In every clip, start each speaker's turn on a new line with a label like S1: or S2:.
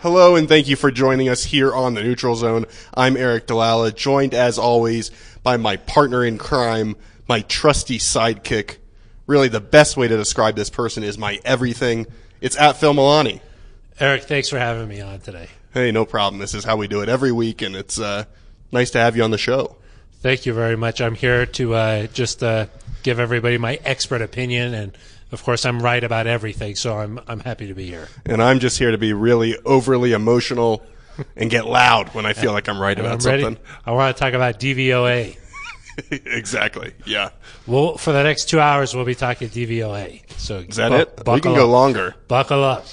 S1: Hello, and thank you for joining us here on the Neutral Zone. I'm Eric Delala, joined as always by my partner in crime, my trusty sidekick. Really, the best way to describe this person is my everything. It's at Phil Milani.
S2: Eric, thanks for having me on today.
S1: Hey, no problem. This is how we do it every week, and it's uh, nice to have you on the show.
S2: Thank you very much. I'm here to uh, just uh, give everybody my expert opinion, and of course, I'm right about everything, so I'm I'm happy to be here.
S1: And I'm just here to be really overly emotional and get loud when I feel like I'm right about
S2: I'm ready.
S1: something.
S2: I want to talk about DVOA.
S1: exactly. Yeah.
S2: Well, for the next two hours, we'll be talking DVOA. So
S1: Is that
S2: bu-
S1: it?
S2: Oh, Buckle
S1: we can go
S2: up.
S1: longer.
S2: Buckle up,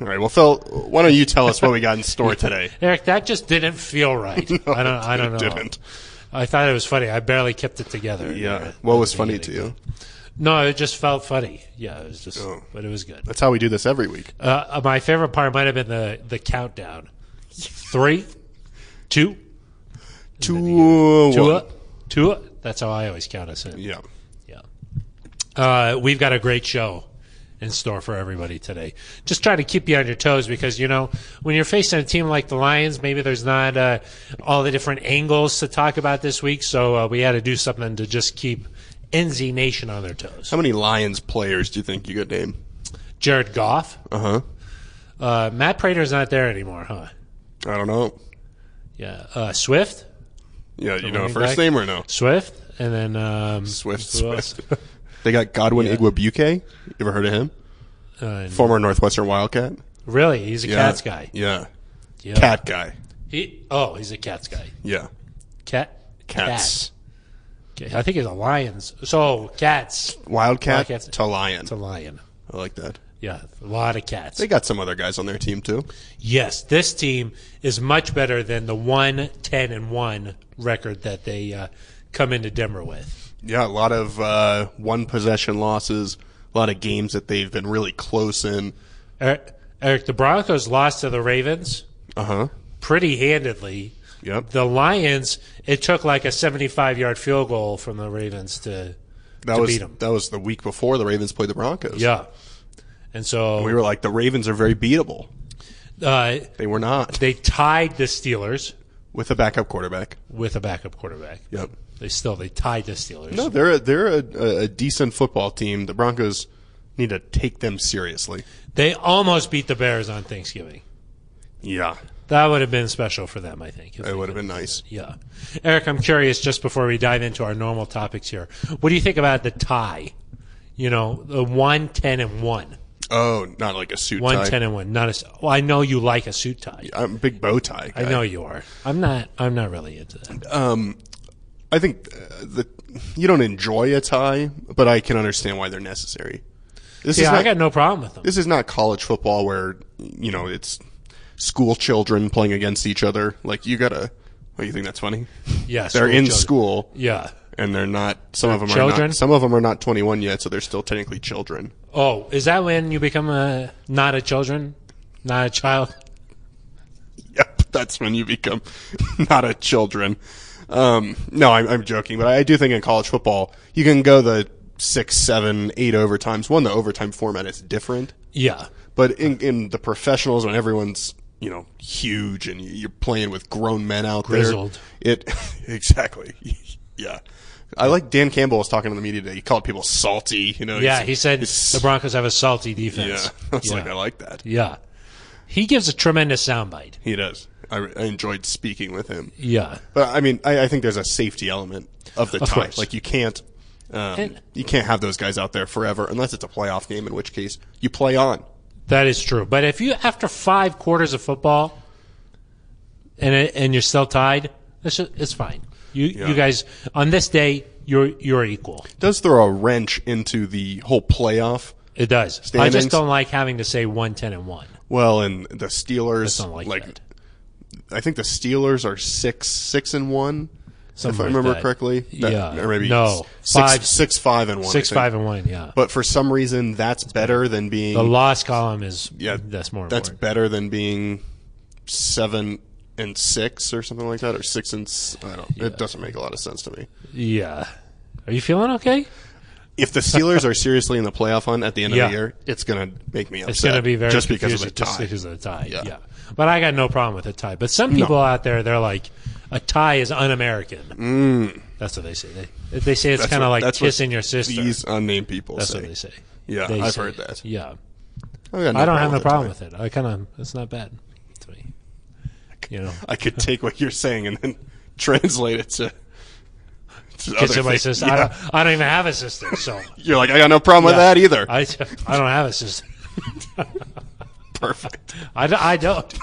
S1: All right. Well, Phil, why don't you tell us what we got in store today?
S2: Eric. That just didn't feel right. I don't. I don't know.
S1: it didn't.
S2: I thought it was funny. I barely kept it together.
S1: Yeah. What was funny to you?
S2: No, it just felt funny. Yeah, it was just,
S1: Oh.
S2: but it was good.
S1: That's how we do this every week.
S2: Uh, my favorite part might have been the the countdown. Three, two,
S1: Two,
S2: two,
S1: one.
S2: up, two. Up. That's how I always count us in.
S1: Yeah.
S2: Yeah. Uh, we've got a great show in store for everybody today. Just try to keep you on your toes because, you know, when you're facing a team like the Lions, maybe there's not uh, all the different angles to talk about this week. So uh, we had to do something to just keep NZ Nation on their toes.
S1: How many Lions players do you think you could name?
S2: Jared Goff.
S1: Uh huh.
S2: Uh, Matt Prater's not there anymore, huh?
S1: I don't know.
S2: Yeah. Uh, Swift.
S1: Yeah, you know a
S2: running
S1: first
S2: back?
S1: name or no?
S2: Swift. And then um,
S1: Swift.
S2: who else?
S1: Swift. they got Godwin Igwebuke. You ever heard of him?
S2: Uh,
S1: Former Northwestern Wildcat.
S2: really, he's a
S1: Yeah.
S2: Cats guy.
S1: Yeah.
S2: Yeah.
S1: Cat guy.
S2: He, oh, he's a Cats guy.
S1: Yeah.
S2: Cat. Cat.
S1: Cats.
S2: Okay, I think it's a lions. So cats
S1: Wildcat
S2: Wildcats.
S1: to lion.
S2: to lion.
S1: I like that.
S2: Yeah, a lot of cats.
S1: They got some other guys on their team too.
S2: Yes, this team is much better than the one ten and one record that they uh, come into Denver with.
S1: Yeah, a lot of uh, one possession losses. A lot of games that they've been really close in.
S2: Eric, Er, Eric, the Broncos lost to the Ravens
S1: Uh huh.
S2: pretty handedly.
S1: Yep.
S2: The Lions, it took like a seventy-five yard field goal from the Ravens to
S1: That
S2: to
S1: was
S2: beat 'em.
S1: that was the week before the Ravens played the Broncos.
S2: yeah, and so
S1: We were like the Ravens are very beatable.
S2: uh,
S1: They were not
S2: they tied the Steelers
S1: with a backup quarterback.
S2: with a backup quarterback.
S1: Yep.
S2: They still they tied the Steelers.
S1: No, they're a, they're a, a decent football team. The Broncos need to take them seriously.
S2: They almost beat the Bears on Thanksgiving.
S1: Yeah,
S2: That would have been special for them, I think. if they
S1: it would have
S2: could-
S1: been nice.
S2: Yeah. Eric, I'm curious just before we dive into our normal topics here. What do you think about the tie? You know, the 1 10 and 1.
S1: Oh, not like a suit
S2: 1
S1: tie.
S2: 10 and 1. Not a s well, I know you like a suit tie.
S1: I'm a big bow tie.
S2: I know you are. I'm not I'm not really into that.
S1: I think uh, the you don't enjoy a tie, but I can understand why they're necessary. This
S2: Yeah,
S1: is not,
S2: I got no problem with them.
S1: this is not college football where you know it's school children playing against each other. Like you gotta. What you think that's funny?
S2: Yes.
S1: They're in
S2: children.
S1: school
S2: Yeah.
S1: and they're not. Some of them are
S2: children?
S1: not. Some of them are not 21 yet, so they're still technically children.
S2: Oh, is that when you become a not a children, not a child?
S1: Yep, that's when you become not a children. Um, no, I'm, I'm joking, but I do think in college football you can go the six, seven, eight overtimes. One, the overtime format is different,
S2: Yeah.
S1: but in, in the professionals, when everyone's you know huge and you- you're playing with grown men out
S2: Grizzled.
S1: there, it exactly, yeah. I like Dan Campbell was talking to the media today. He called people salty. You know,
S2: Yeah,
S1: he's-
S2: he said
S1: he's-
S2: the Broncos have a salty
S1: Yeah,
S2: defense.
S1: I was like,
S2: Yeah.
S1: I like that.
S2: Yeah. He gives a tremendous soundbite.
S1: He does. I, I enjoyed speaking with him.
S2: Yeah.
S1: But I mean, I, I think there's a safety element of the tie.
S2: course.
S1: Like you can't, um,
S2: And-
S1: you can't have those guys out there forever unless it's a playoff game. In which case, you play on.
S2: That is true. But if you after 5 quarters of football and it, and you're still tied, it's it's fine. You you guys on this day you're you're equal.
S1: It does throw a wrench into the whole playoff.
S2: It does. I
S1: Standings?
S2: just don't like having to say 110 and 1.
S1: Well, and the Steelers,
S2: I don't like, that.
S1: I think the Steelers are six, six and one. if I
S2: Something like
S1: remember
S2: that.
S1: correctly,
S2: Yeah.
S1: or maybe
S2: No.
S1: six,
S2: Five-
S1: six, five and one, I
S2: 6
S1: think.
S2: 5 and 1, yeah.
S1: But for some reason, that's better than being
S2: the loss column is
S1: Yeah,
S2: that's more
S1: that's
S2: important.
S1: better than being seven and six or something like that, or six and s- I don't. It doesn't make a lot of sense to me.
S2: Yeah. Are you feeling okay?
S1: if the Steelers are seriously in the playoff hunt at the end of
S2: Yeah.
S1: the year, it's going to make me upset.
S2: It's going to be very
S1: just because of the
S2: confusing, just
S1: tie.
S2: because of the tie.
S1: Yeah.
S2: Yeah. but I got no problem with a tie. But some people out there, they're like, a tie is un-American. Mm. That's what they say. They, they say it's kind
S1: what-
S2: of like
S1: that's what
S2: kissing your sister.
S1: These unnamed people
S2: that's
S1: say. "Oh,
S2: what they say.
S1: Yeah,
S2: They
S1: I've
S2: say-
S1: heard that.
S2: Yeah,
S1: I've got
S2: I don't have no
S1: with the
S2: problem
S1: tie.
S2: with it. I kind of it's not bad to me. You know,
S1: I could take what you're saying and then translate it to. to other
S2: kissing my
S1: things.
S2: sister. I,
S1: Yeah.
S2: don't, I don't even have a sister, so
S1: You're like, I got no problem with
S2: Yeah.
S1: that either.
S2: I, I don't have a sister.
S1: Perfect.
S2: I, don't- I don't.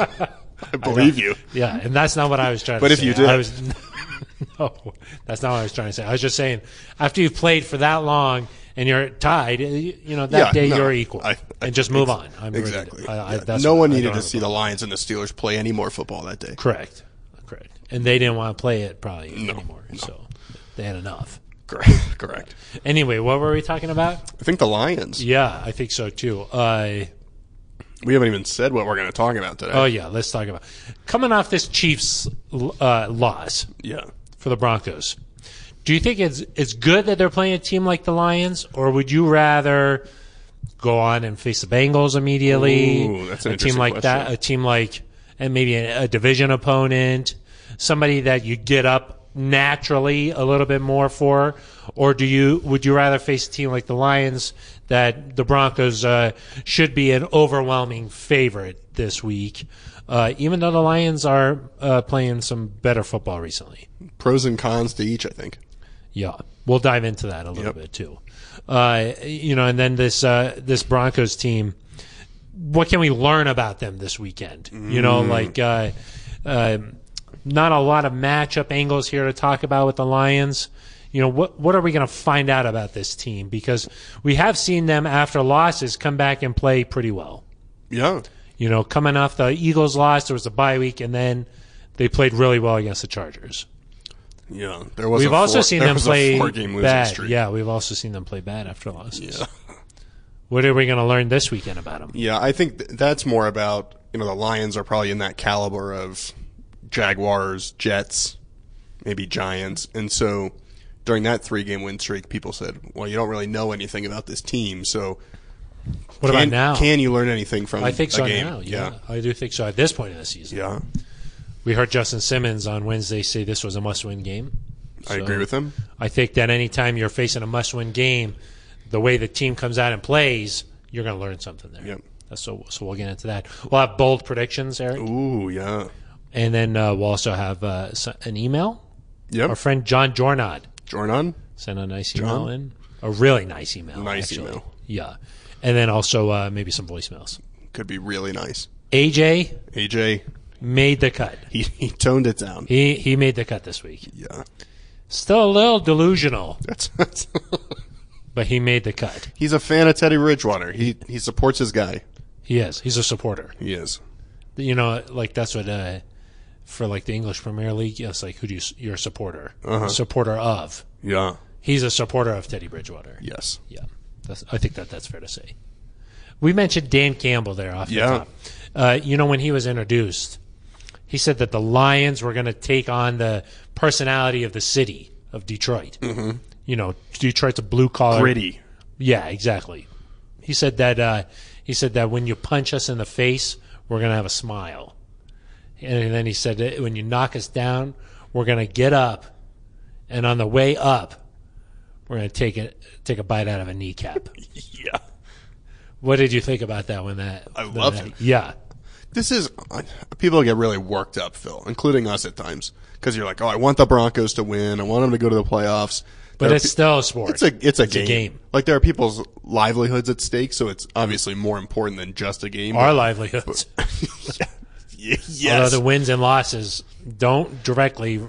S1: I believe you.
S2: Yeah, and that's not what I was trying
S1: But
S2: to
S1: if
S2: say.
S1: you did-
S2: I was, no, that's not what I was trying to say. I was just saying, after you've played for that long and you're tied, you, you know, that
S1: Yeah,
S2: day
S1: no,
S2: you're equal.
S1: I- I-
S2: and just move
S1: ex-
S2: on. I'm ready to-
S1: Exactly.
S2: I- I-
S1: Yeah.
S2: that's
S1: no
S2: what-
S1: one
S2: I
S1: needed
S2: don't
S1: to
S2: have a
S1: see the Lions and the Steelers play any more football that day.
S2: Correct. Correct. And they didn't want to play it probably anymore. So they had enough.
S1: Correct. Correct.
S2: Anyway, what were we talking about?
S1: I think the Lions.
S2: Yeah, I think so too. Uh,
S1: We haven't even said what we're going to talk about today.
S2: oh, yeah, let's talk about coming off this Chiefs uh, loss.
S1: yeah.
S2: for the Broncos. Do you think it's it's good that they're playing a team like the Lions, or would you rather go on and face the Bengals immediately?
S1: Ooh, that's an
S2: a team
S1: interesting
S2: like that,
S1: question.
S2: a team like and maybe a, a division opponent, somebody that you get up naturally a little bit more for, or do you would you rather face a team like the Lions that the Broncos uh, should be an overwhelming favorite this week? Uh, even though the Lions are uh, playing some better football recently.
S1: Pros and cons to each, I think.
S2: Yeah, we'll dive into that a little
S1: Yep.
S2: bit too. Uh, you know, and then this uh, this Broncos team. What can we learn about them this weekend? You know, like uh, um not a lot of matchup angles here to talk about with the Lions. You know, what what are we going to find out about this team? Because we have seen them after losses come back and play pretty well.
S1: Yeah.
S2: You know, coming off the Eagles loss, there was a bye week, and then they played really well against the Chargers.
S1: Yeah. There was
S2: We've
S1: a
S2: also
S1: four-
S2: seen
S1: there
S2: them
S1: was a
S2: play
S1: four-game losing
S2: bad.
S1: streak.
S2: Yeah, we've also seen them play bad after losses.
S1: Yeah.
S2: What are we going to learn this weekend about them?
S1: Yeah, I think th- that's more about you know the Lions are probably in that caliber of Jaguars, Jets, maybe Giants, and so during that three-game win streak, people said, "Well, you don't really know anything about this team, so
S2: What
S1: can,
S2: about now?
S1: can you learn anything from
S2: I think
S1: a
S2: so
S1: game?"
S2: now. Yeah. I do think so at this point in the season.
S1: yeah,
S2: We heard Justin Simmons on Wednesday say this was a must-win game.
S1: I agree with him.
S2: I think that anytime you're facing a must-win game, the way the team comes out and plays, you're going to learn something there.
S1: Yep.
S2: That's so. So we'll get into that. We'll have bold predictions, Eric,
S1: Ooh, yeah,
S2: and then uh, we'll also have uh, s- an email.
S1: yep.
S2: Our friend John Jornod
S1: Jordan,
S2: send a nice email in. A really nice email.
S1: Nice
S2: actually.
S1: email.
S2: Yeah. And then also uh, maybe some voicemails.
S1: could be really nice.
S2: AJ
S1: AJ,
S2: made the cut.
S1: he, he toned it down.
S2: He he made the cut this week.
S1: yeah,
S2: Still a little delusional,
S1: that's, that's
S2: but he made the cut.
S1: he's a fan of Teddy Bridgewater. He he supports his guy.
S2: He is. He's a supporter.
S1: He is.
S2: You know, like that's what uh, for like the English Premier League. It's like who do you s- you're a supporter?
S1: Uh-huh.
S2: Supporter of.
S1: Yeah.
S2: He's a supporter of Teddy Bridgewater.
S1: Yes.
S2: Yeah, that's, I think that that's fair to say. We mentioned Dan Campbell there off
S1: Yeah.
S2: the top. Uh, you know, when he was introduced, he said that the Lions were going to take on the personality of the city of Detroit. Mm-hmm. You know, Detroit's a blue collar.
S1: Gritty.
S2: Yeah, exactly. He said that. Uh, he said that when you punch us in the face, we're going to have a smile. And then he said, that when you knock us down, we're going to get up, and on the way up, we're going to take a take a bite out of a kneecap.
S1: Yeah.
S2: what did you think about that? When that I
S1: loved it.
S2: Yeah,
S1: This is uh, people get really worked up, Phil, including us at times, because you're like, "Oh, I want the Broncos to win. I want them to go to the playoffs."
S2: but
S1: There are
S2: it's
S1: pe-
S2: still a sport.
S1: it's a it's a game.
S2: game.
S1: Like there are people's livelihoods at stake, so it's obviously more important than just a game.
S2: our livelihoods.
S1: Y-
S2: Although
S1: yes.
S2: the wins and losses don't directly.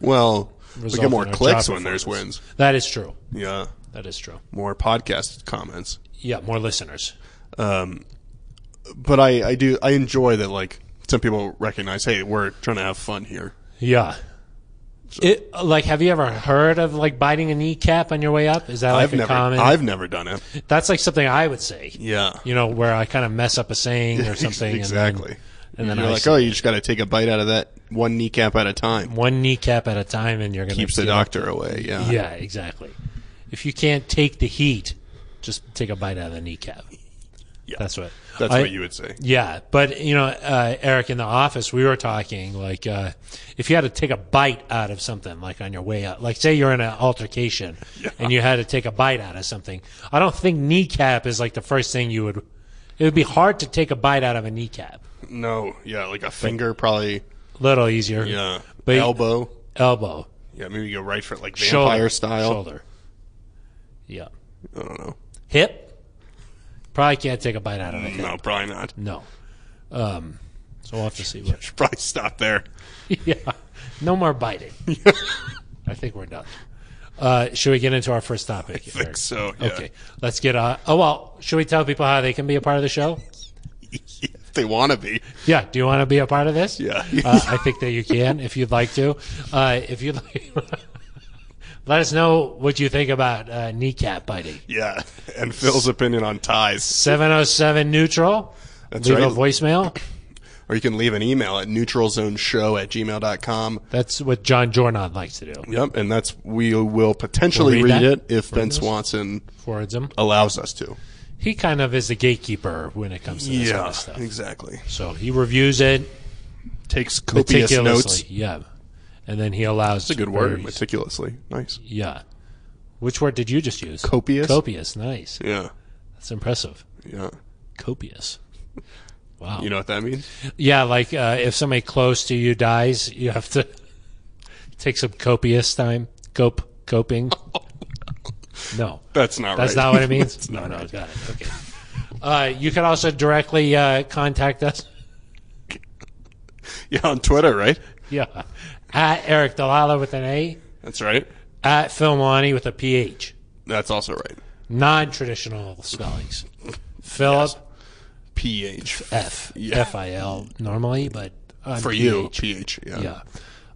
S1: well, we
S2: result
S1: get
S2: in
S1: more
S2: our
S1: clicks
S2: job
S1: when there's wins.
S2: That is true.
S1: Yeah.
S2: That is true.
S1: More podcast comments.
S2: Yeah, more listeners.
S1: But I I do I enjoy that like some people recognize, "Hey, we're trying to have fun here."
S2: Yeah. It like have you ever heard of like biting a kneecap on your way up? Is that like
S1: I've
S2: a
S1: never
S2: common?
S1: I've never done it.
S2: That's like something I would say.
S1: Yeah.
S2: You know, where I kind of mess up a saying or
S1: Ex-
S2: something.
S1: Exactly.
S2: And then, and then
S1: You're
S2: I
S1: like,
S2: say
S1: oh, you just got to take a bite out of that one kneecap at a time.
S2: one kneecap at a time, and you're gonna
S1: Keeps the
S2: feel-
S1: doctor away. Yeah.
S2: Yeah, exactly. if you can't take the heat, just take a bite out of the kneecap.
S1: Yeah.
S2: That's what.
S1: That's
S2: I-
S1: what you would say.
S2: Yeah, but you know, uh, Eric, in the office, we were talking like uh, if you had to take a bite out of something, like on your way out, like say you're in an altercation and you had to take a bite out of something. I don't think kneecap is like the first thing you would. It would be hard to take a bite out of a kneecap.
S1: No, yeah, like a finger probably.
S2: Little easier.
S1: Yeah,
S2: But-
S1: elbow.
S2: Elbow,
S1: Yeah, maybe go right for it like
S2: shoulder,
S1: vampire style.
S2: shoulder. Yeah.
S1: I don't know.
S2: Hip. Probably can't take a bite out of it.
S1: No, probably not.
S2: No. Um, so we'll have to see what.
S1: Should probably stop there.
S2: yeah. No more biting. I think we're done. Uh, should we get into our first topic? I
S1: think so. Yeah.
S2: Okay. Let's get uh oh well, should we tell people how they can be a part of the show?
S1: if they want to be.
S2: Yeah. Do you want to be a part of this?
S1: Yeah.
S2: uh, I think that you can if you'd like to. Uh, if you'd like let us know what you think about uh, kneecap biting.
S1: Yeah. And Phil's opinion on ties.
S2: Seven oh seven neutral.
S1: That's
S2: Leave a
S1: right.
S2: voicemail.
S1: Or you can leave an email at neutralzoneshow at gmail.com.
S2: That's what John Jornon likes to do.
S1: Yep. And that's, we will potentially
S2: We'll read
S1: read,
S2: that.
S1: it if Ben Swanson
S2: Forwards him.
S1: allows us to.
S2: He kind of is the gatekeeper when it comes to this kind of stuff.
S1: Exactly.
S2: So he reviews it
S1: Takes copious notes.
S2: meticulously. Yeah. And then he allows.
S1: That's a good word.
S2: for-
S1: Meticulously. Nice.
S2: Yeah. Which word did you just use?
S1: Copious?
S2: Copious. Nice.
S1: Yeah.
S2: That's impressive.
S1: Yeah.
S2: Copious. Wow.
S1: You know what that means?
S2: yeah, like uh, if somebody close to you dies, you have to take some copious time. Cope. Coping. No.
S1: That's not
S2: That's
S1: right.
S2: not what it means? no, no, got it. Okay. Uh, you can also directly uh, contact us.
S1: yeah. On Twitter, right?
S2: Yeah. At Eric Delala with an A.
S1: That's right.
S2: At Phil Monty with a PH.
S1: That's also right.
S2: non-traditional spellings. Philip
S1: PH.
S2: F
S1: Yeah.
S2: F I L normally, but on
S1: For you. PH. Yeah.
S2: yeah.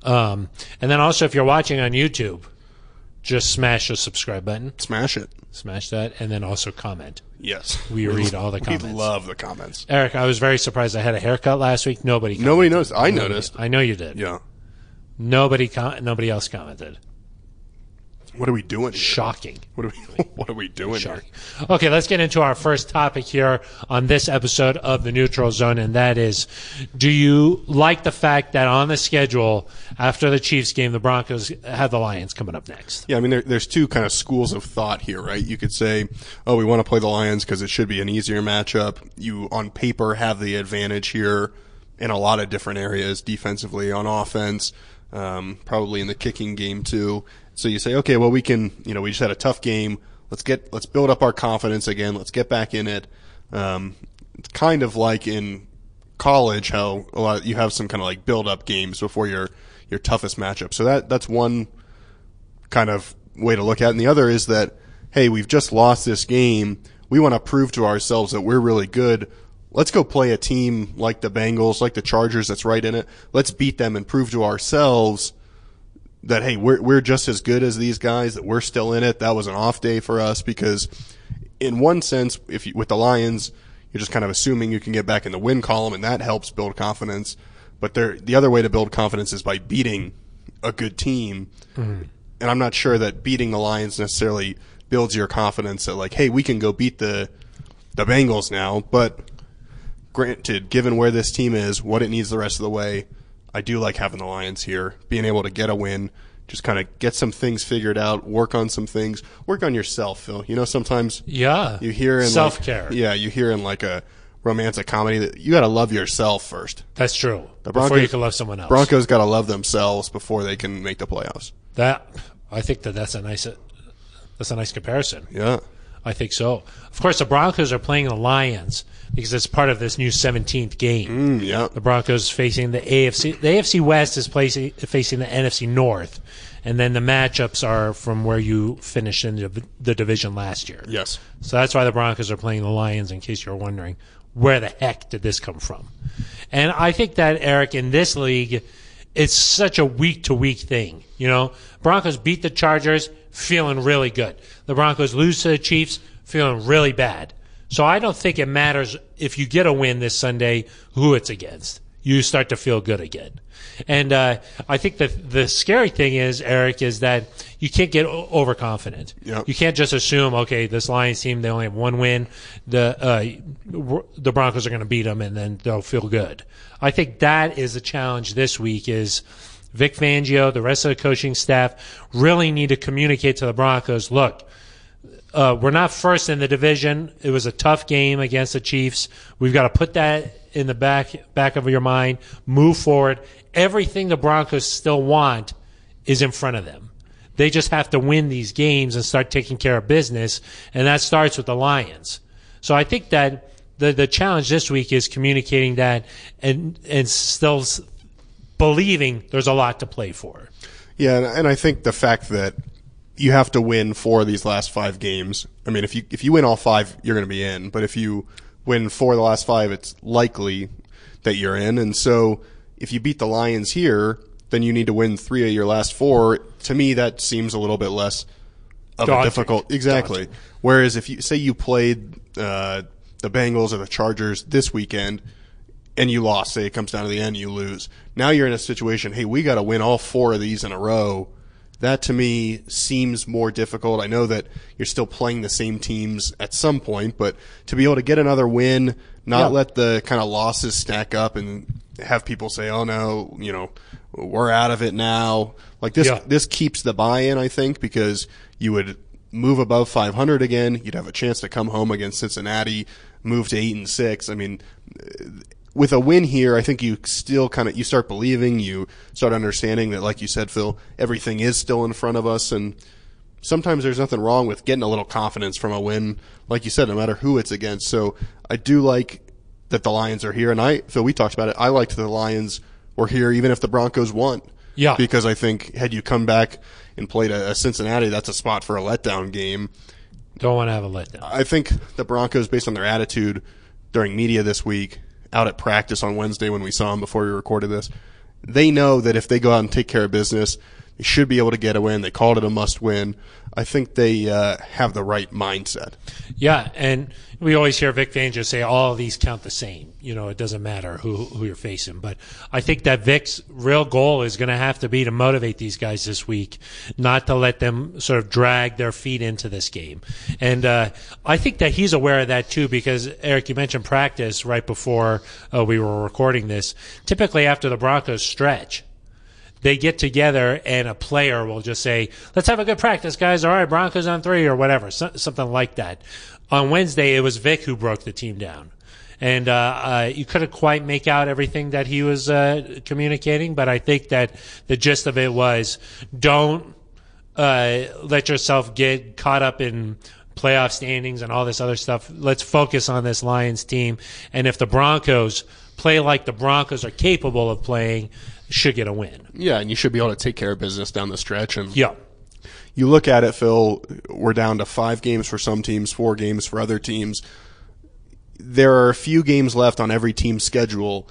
S2: Um, and then also, if you're watching on YouTube, just smash the subscribe button,
S1: Smash it.
S2: smash that, and then also comment.
S1: Yes.
S2: We read all the comments.
S1: We love the comments.
S2: Eric, I was very surprised. I had a haircut last week. Nobody, commented.
S1: Nobody knows. I noticed.
S2: I know you did.
S1: Yeah.
S2: Nobody, com- nobody else commented.
S1: What are we doing? Here?
S2: Shocking.
S1: What are we? What are we doing here?
S2: Okay, let's get into our first topic here on this episode of the Neutral Zone, and that is do you like the fact that on the schedule after the Chiefs game, the Broncos have the Lions coming up next?
S1: Yeah, I mean, there, there's two kind of schools of thought here, right? You could say, oh, we want to play the Lions because it should be an easier matchup. You, on paper, have the advantage here in a lot of different areas, defensively, on offense, um, probably in the kicking game too. So you say, okay, well, we can, you know, we just had a tough game. Let's get, let's build up our confidence again. Let's get back in it. Um, it's kind of like in college how a lot you have some kind of like build up games before your your toughest matchup. So that that's one kind of way to look at. it. And the other is that, hey, we've just lost this game. We want to prove to ourselves that we're really good. Let's go play a team like the Bengals, like the Chargers that's right in it. Let's beat them and prove to ourselves that, hey, we're, we're just as good as these guys, that we're still in it. That was an off day for us because in one sense, if you, with the Lions, you're just kind of assuming you can get back in the win column and that helps build confidence. But there, the other way to build confidence is by beating a good team and I'm not sure that beating the Lions necessarily builds your confidence that like, hey, we can go beat the the Bengals now. But granted, given where this team is, what it needs the rest of the way, I do like having the Lions here, being able to get a win, just kind of get some things figured out, work on some things, work on yourself, Phil. You know, sometimes
S2: Yeah.
S1: you hear in like-
S2: self care.
S1: yeah, you hear in like a romantic comedy that you got to love yourself first.
S2: That's true. Before
S1: Broncos-
S2: you can love someone else.
S1: Broncos got to love themselves before they can make the playoffs.
S2: that I think that that's a nice that's a nice comparison.
S1: Yeah.
S2: I think so. Of course, the Broncos are playing the Lions because it's part of this new 17th game.
S1: Mm, yeah.
S2: The Broncos facing the AFC. The AFC West is placing, facing the NFC North, and then the matchups are from where you finished in the, the division last year.
S1: Yes.
S2: So that's why the Broncos are playing the Lions. In case you're wondering, where the heck did this come from? And I think that Eric in this league, it's such a week to week thing. You know, Broncos beat the Chargers, feeling really good. The Broncos lose to the Chiefs, feeling really bad. So I don't think it matters if you get a win this Sunday who it's against. you start to feel good again. And uh, I think that the scary thing is, Eric, is that you can't get o- overconfident.
S1: Yep.
S2: You can't just assume, okay, this Lions team they only have one win. The uh, the Broncos are going to beat them, and then they'll feel good. I think that is the challenge this week. Is Vic Fangio, the rest of the coaching staff, really need to communicate to the Broncos? Look, uh, we're not first in the division. It was a tough game against the Chiefs. We've got to put that in the back back of your mind. Move forward. Everything the Broncos still want is in front of them. They just have to win these games and start taking care of business, and that starts with the Lions. So I think that the the challenge this week is communicating that and and still s- believing there's a lot to play for.
S1: Yeah, and, and I think the fact that you have to win four of these last five games. I mean, if you if you win all five, you're going to be in. But if you win four of the last five, it's likely that you're in. And so, if you beat the Lions here, then you need to win three of your last four. To me, that seems a little bit less of a
S2: Daunting.
S1: difficult. Exactly. Whereas if you say you played uh, the Bengals or the Chargers this weekend and you lost, say it comes down to the end, you lose. Now you're in a situation. Hey, we got to win all four of these in a row. That to me seems more difficult. I know that you're still playing the same teams at some point, but to be able to get another win, not
S2: Yeah.
S1: let the kind of losses stack up and have people say, "Oh no, you know, we're out of it now." Like this,
S2: Yeah.
S1: this keeps the buy-in, I think, because you would move above 500 again. You'd have a chance to come home against Cincinnati, move to eight and six. I mean, uh, with a win here, I think you still kind of you start believing, you start understanding that, like you said, Phil, everything is still in front of us, and sometimes there's nothing wrong with getting a little confidence from a win, like you said, no matter who it's against. So I do like that the Lions are here, and I Phil, we talked about it. I liked that the Lions were here, even if the Broncos won.
S2: Yeah.
S1: because I think had you come back and played a, a Cincinnati, that's a spot for a letdown game.
S2: Don't want to have a letdown.
S1: I think the Broncos, based on their attitude during media this week, out at practice on Wednesday when we saw them before we recorded this, they know that if they go out and take care of business, they should be able to get a win. They called it a must win. I think they uh, have the right mindset.
S2: Yeah, and we always hear Vic Fangio say all of these count the same. You know, it doesn't matter who who you're facing. But I think that Vic's real goal is going to have to be to motivate these guys this week, not to let them sort of drag their feet into this game. And uh, I think that he's aware of that too, because Eric, you mentioned practice right before uh, we were recording this. Typically, after the Broncos stretch, they get together and a player will just say, let's have a good practice, guys. All right, Broncos on three or whatever, so, something like that. On Wednesday, it was Vic who broke the team down. And uh, uh, you couldn't quite make out everything that he was uh, communicating, but I think that the gist of it was don't uh, let yourself get caught up in playoff standings and all this other stuff. Let's focus on this Lions team. And if the Broncos play like the Broncos are capable of playing, should get a win.
S1: Yeah, and you should be able to take care of business down the stretch. And
S2: Yeah.
S1: you look at it, Phil, we're down to five games for some teams, four games for other teams. There are a few games left on every team's schedule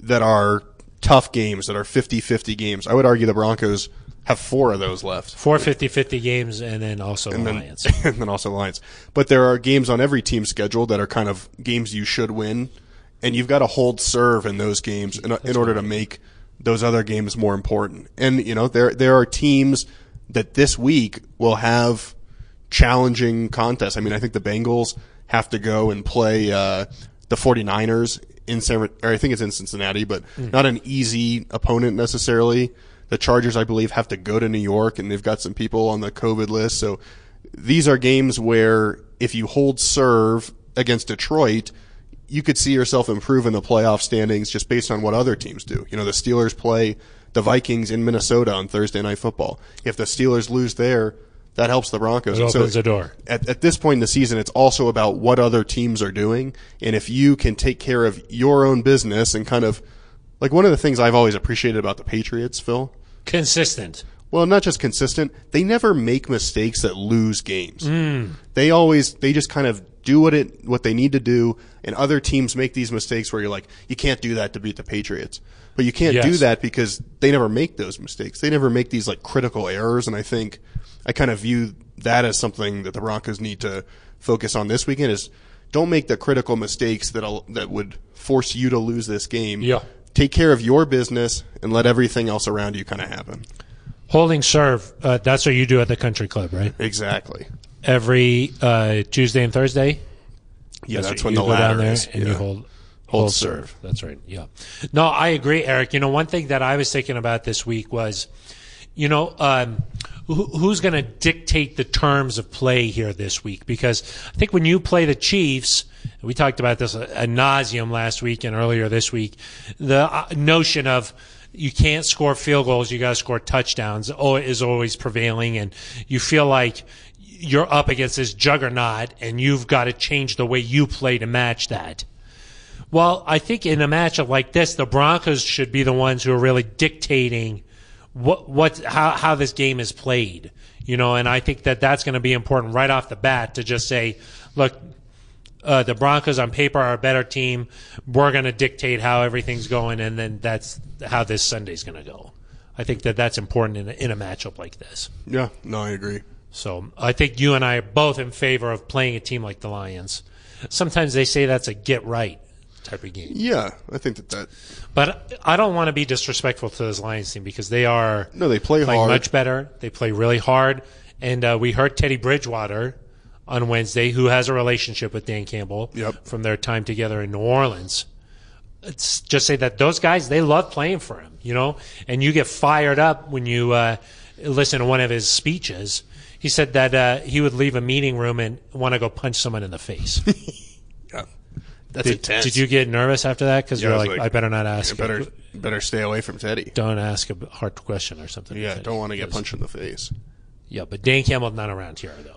S1: that are tough games, that are 50 50 games. I would argue the Broncos have four of those left,
S2: Four 50 50 games and then also Lions.
S1: and then also Lions. But there are games on every team's schedule that are kind of games you should win, and you've got to hold serve in those games in, in order to make those other games more important. And, you know, there, there are teams that this week will have challenging contest. I mean, I think the Bengals have to go and play uh, the 49ers in San, or I think it's in Cincinnati, but not an easy opponent necessarily. The Chargers, I believe, have to go to New York, and they've got some people on the COVID list. So these are games where if you hold serve against Detroit, you could see yourself improve in the playoff standings just based on what other teams do. You know, the Steelers play the Vikings in Minnesota on Thursday Night Football. If the Steelers lose there, that helps the Broncos.
S2: It
S1: And so
S2: opens the door.
S1: At, at this point in the season, it's also about what other teams are doing. And if you can take care of your own business and kind of like one of the things I've always appreciated about the Patriots, Phil,
S2: Consistent.
S1: well, not just consistent. They never make mistakes that lose games.
S2: Hmm.
S1: They always they just kind of do what it what they need to do, and other teams make these mistakes where you're like, you can't do that to beat the Patriots, but you can't do
S2: Yes.
S1: that because they never make those mistakes. They never make these like critical errors, and I think I kind of view that as something that the Broncos need to focus on this weekend is don't make the critical mistakes that that would force you to lose this game
S2: Yeah.
S1: take care of your business and let everything else around you kind of happen.
S2: Holding serve. Uh, that's what you do at the country club, right?
S1: Exactly.
S2: Every uh, Tuesday and Thursday.
S1: Yeah, that's,
S2: what
S1: when the
S2: you go down
S1: ladder
S2: there
S1: is.
S2: and
S1: yeah.
S2: you hold
S1: Hold serve.
S2: That's right. Yeah. No, I agree, Eric. You know, one thing that I was thinking about this week was, you know, um, who, who's going to dictate the terms of play here this week? Because I think when you play the Chiefs, we talked about this a, a nauseum last week and earlier this week, the uh, notion of you can't score field goals, you got to score touchdowns, oh, is always prevailing, and you feel like you're up against this juggernaut and you've got to change the way you play to match that. Well, I think in a matchup like this, the Broncos should be the ones who are really dictating what what how how this game is played. You know, and I think that that's going to be important right off the bat to just say, look, uh, the Broncos on paper are a better team. We're going to dictate how everything's going, and then that's how this Sunday's going to go. I think that that's important in a, in a matchup like this.
S1: Yeah, no, I agree.
S2: So I think you and I are both in favor of playing a team like the Lions. Sometimes they say that's a get right type of game.
S1: Yeah, I think that that.
S2: But I don't want to be disrespectful to this Lions team because they are
S1: No, they play
S2: playing
S1: hard.
S2: much better. They play really hard, and uh, we heard Teddy Bridgewater on Wednesday, who has a relationship with Dan Campbell
S1: Yep.
S2: from their time together in New Orleans. It's just say that those guys they love playing for him, you know, and you get fired up when you uh, listen to one of his speeches. He said that uh, he would leave a meeting room and want to go punch someone in the face.
S1: Yeah, that's
S2: did,
S1: intense.
S2: did you get nervous after that? Because
S1: I
S2: you're
S1: was
S2: like,
S1: like,
S2: I better not ask. him."
S1: better better stay away from Teddy?
S2: don't ask a hard question or something.
S1: Yeah,
S2: Because-
S1: don't want to get punched in the face.
S2: Yeah, but Dan Campbell's not around here though, Uh,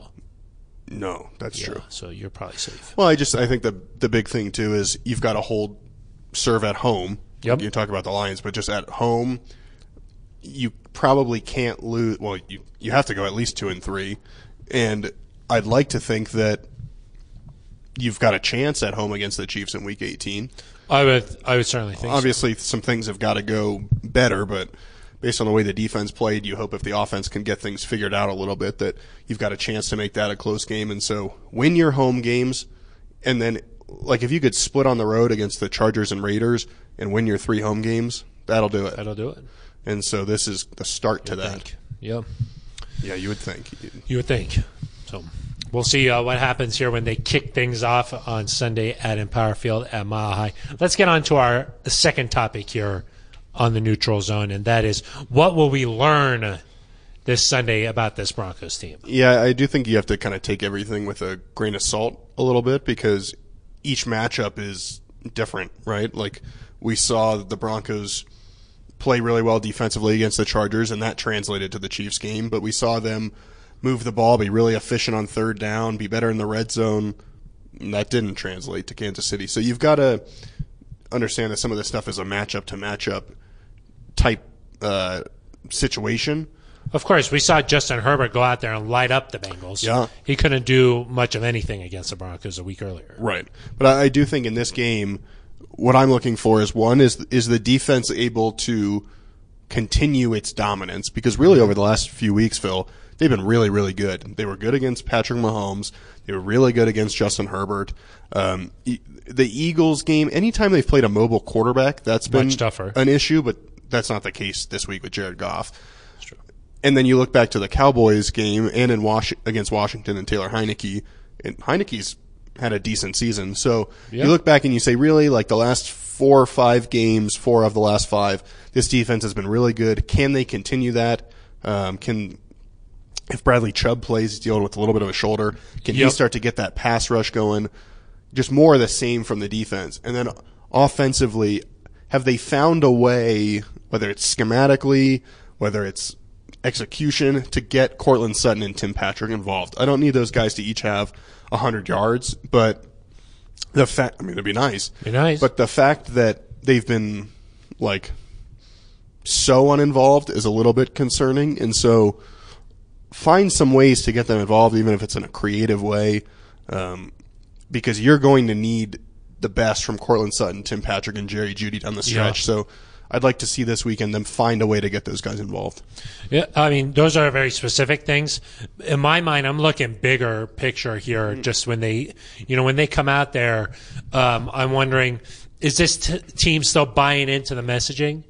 S1: No, that's true.
S2: so you're probably safe.
S1: Well, I just I think the the big thing too is you've got to hold serve at home.
S2: Yep.
S1: You talk about the Lions, but just at home, you probably can't lose. Well, you you have to go at least two and three, and I'd like to think that you've got a chance at home against the Chiefs in Week 18.
S2: I would, I would certainly think. so.
S1: Obviously, some things have got to go better, but based on the way the defense played, you hope if the offense can get things figured out a little bit that you've got a chance to make that a close game. And so win your home games, and then like if you could split on the road against the Chargers and Raiders and win your three home games, that'll do it.
S2: That'll do it.
S1: And so this is the start to that.
S2: Yeah,
S1: Yeah, you would think.
S2: you would think. So we'll see uh, what happens here when they kick things off on Sunday at Empower Field at Mile High. Let's get on to our second topic here on the neutral zone, and that is what will we learn this Sunday about this Broncos team?
S1: Yeah, I do think you have to kind of take everything with a grain of salt a little bit because each matchup is different, right? Like we saw the Broncos play really well defensively against the Chargers, and that translated to the Chiefs game. But we saw them move the ball, be really efficient on third down, be better in the red zone. And that didn't translate to Kansas City. So you've got to understand that some of this stuff is a matchup to matchup type uh, situation.
S2: Of course, we saw Justin Herbert go out there and light up the Bengals.
S1: Yeah.
S2: He couldn't do much of anything against the Broncos a week earlier.
S1: Right. But I, I do think in this game, what I'm looking for is one is is the defense able to continue its dominance because really over the last few weeks, Phil, they've been really really good. They were good against Patrick Mahomes. They were really good against Justin Herbert. Um, e- the Eagles game, anytime they've played a mobile quarterback, that's been
S2: Much tougher.
S1: an issue. But that's not the case this week with Jared Goff. And then you look back to the Cowboys game and in Wash against Washington and Taylor Heineke, and Heineke's had a decent season. So
S2: Yeah.
S1: you look back and you say, really, like the last four or five games, four of the last five, this defense has been really good. Can they continue that? Um, can if Bradley Chubb plays, he's dealing with a little bit of a shoulder, can he
S2: Yep.
S1: start to get that pass rush going? Just more of the same from the defense. And then offensively, have they found a way, whether it's schematically, whether it's execution, to get Cortland Sutton and Tim Patrick involved? I don't need those guys to each have 100 yards, but the fact, I mean, it'd be nice.
S2: Be nice.
S1: But the fact that they've been, like, so uninvolved is a little bit concerning. And so find some ways to get them involved, even if it's in a creative way, um, because you're going to need the best from Cortland Sutton, Tim Patrick, and Jerry Judy down the stretch.
S2: Yeah.
S1: So I'd like to see this weekend them find a way to get those guys involved.
S2: Yeah, I mean, those are very specific things. In my mind, I'm looking bigger Hmm. picture here. Just when they, you know, when they come out there, um, I'm wondering is this t- team still buying into the messaging?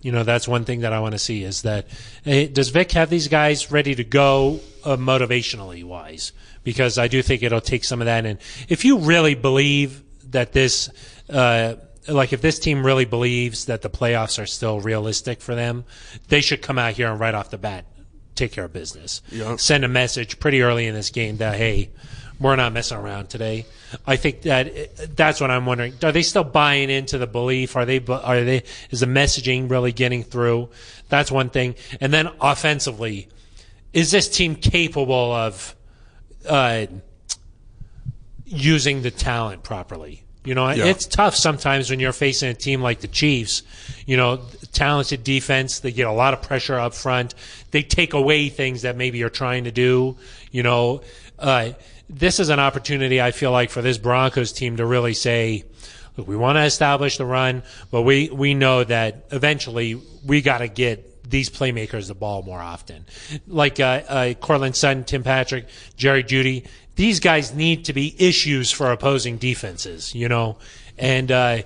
S2: You know, that's one thing that I want to see is that eh, does Vic have these guys ready to go uh, motivationally wise? Because I do think it'll take some of that. And if you really believe that this, uh, like if this team really believes that the playoffs are still realistic for them, they should come out here and right off the bat take care of business.
S1: Yeah.
S2: Send a message pretty early in this game that hey, we're not messing around today. I think that that's what I'm wondering. Are they still buying into the belief? Are they are they is the messaging really getting through? That's one thing. And then offensively, is this team capable of uh, using the talent properly? You know,
S1: Yeah.
S2: it's tough sometimes when you're facing a team like the Chiefs. You know, talented defense. They get a lot of pressure up front. They take away things that maybe you're trying to do. You know, uh, this is an opportunity I feel like for this Broncos team to really say, look, we want to establish the run, but we we know that eventually we got to get these playmakers the ball more often. Like uh, uh, Cortland Sutton, Tim Patrick, Jerry Judy, these guys need to be issues for opposing defenses, you know? And uh,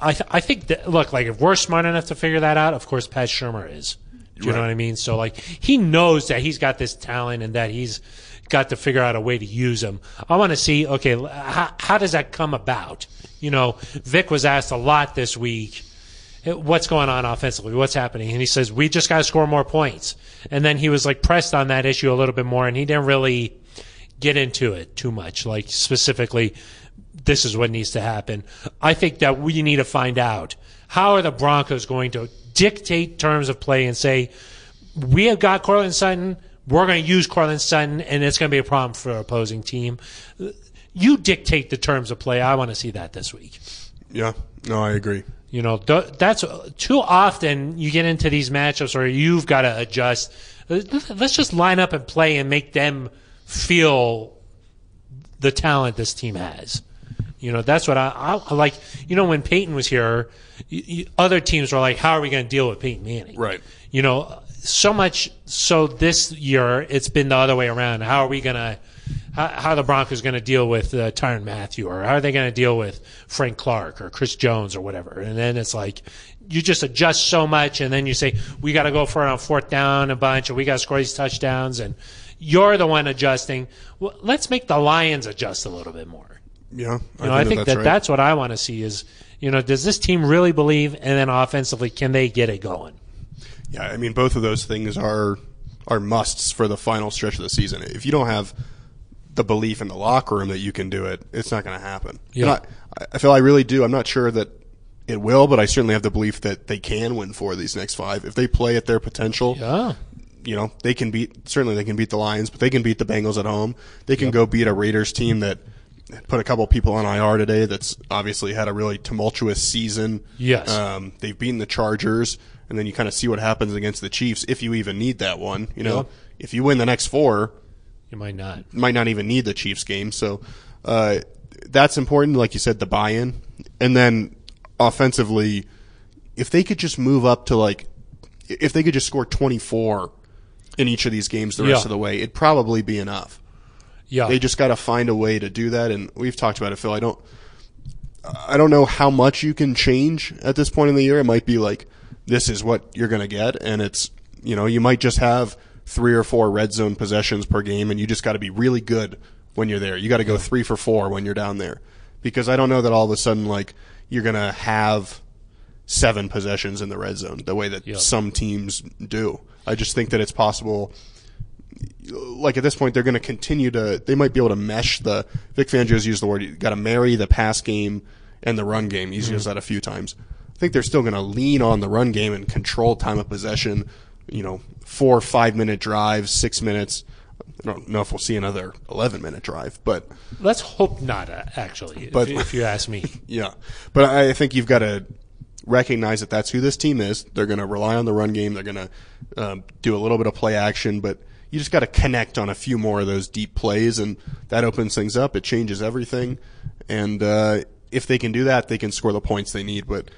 S2: I, th- I think that, look, like if we're smart enough to figure that out, of course, Pat Shermer is. Do you know
S1: Right.
S2: what I mean? So, like, he knows that he's got this talent and that he's got to figure out a way to use him. I want to see, okay, l- how, how does that come about? You know, Vic was asked a lot this week what's going on offensively, what's happening. And he says, we just got to score more points. And then he was like pressed on that issue a little bit more and he didn't really get into it too much. Like specifically, this is what needs to happen. I think that we need to find out how are the Broncos going to dictate terms of play and say, we have got Cortland Sutton. We're going to use Cortland Sutton, and it's going to be a problem for our opposing team. You dictate the terms of play. I want to see that this week.
S1: Yeah. No, I agree.
S2: You know, th- that's too often you get into these matchups where you've got to adjust. Let's just line up and play and make them feel the talent this team has. You know, that's what I, I I like. You know, when Peyton was here, y y other teams were like, how are we going to deal with Peyton Manning?
S1: Right.
S2: You know, so much so this year it's been the other way around. How are we going to, how, how are the Broncos going to deal with uh, Tyron Matthew or how are they going to deal with Frank Clark or Chris Jones or whatever? And then it's like, you just adjust so much and then you say, we got to go for it on fourth down a bunch and we got to score these touchdowns and you're the one adjusting. Well, let's make the Lions adjust a little bit more.
S1: Yeah.
S2: You know, I think, that
S1: right.
S2: that's what I want to see is, you know, does this team really believe? And then offensively, can they get it going?
S1: Yeah, I mean both of those things are are musts for the final stretch of the season. If you don't have the belief in the locker room that you can do it, it's not going to happen.
S2: Yeah.
S1: And I, I feel I really do. I'm not sure that it will, but I certainly have the belief that they can win four of these next five if they play at their potential.
S2: Oh,
S1: You know, they can beat certainly they can beat the Lions, but they can beat the Bengals at home. They can go beat a Raiders team that put a couple people on IR today. That's obviously had a really tumultuous season.
S2: Yes.
S1: Um, they've beaten the Chargers, and then you kind of see what happens against the Chiefs if you even need that one. You know,
S2: Yeah.
S1: if you win the next four,
S2: you might not.
S1: you might not even need the Chiefs game. So uh, that's important. Like you said, the buy-in, and then offensively, if they could just move up to like, if they could just score twenty four in each of these games the rest
S2: Yeah.
S1: of the way, it'd probably be enough.
S2: Yeah.
S1: They just got to find a way to do that, and we've talked about it, Phil. I don't, I don't know how much you can change at this point in the year. It might be like this is what you're going to get, and it's you know you might just have three or four red zone possessions per game, and you just got to be really good when you're there. You got to go three for four when you're down there, because I don't know that all of a sudden like you're going to have seven possessions in the red zone the way that
S2: Yeah.
S1: some teams do. I just think that it's possible like at this point they're going to continue to they might be able to mesh the Vic Fangio's used the word you got to marry the pass game and the run game he's used that a few times I think they're still going to lean on the run game and control time of possession you know 4 5 minute drives 6 minutes I don't know if we'll see another 11 minute drive but
S2: Let's hope not, uh, actually,
S1: But-
S2: if, if you ask me.
S1: yeah but I I think you've got to recognize that that's who this team is they're going to rely on the run game they're going to um, do a little bit of play action but you just got to connect on a few more of those deep plays and that opens things up it changes everything and uh, if they can do that they can score the points they need but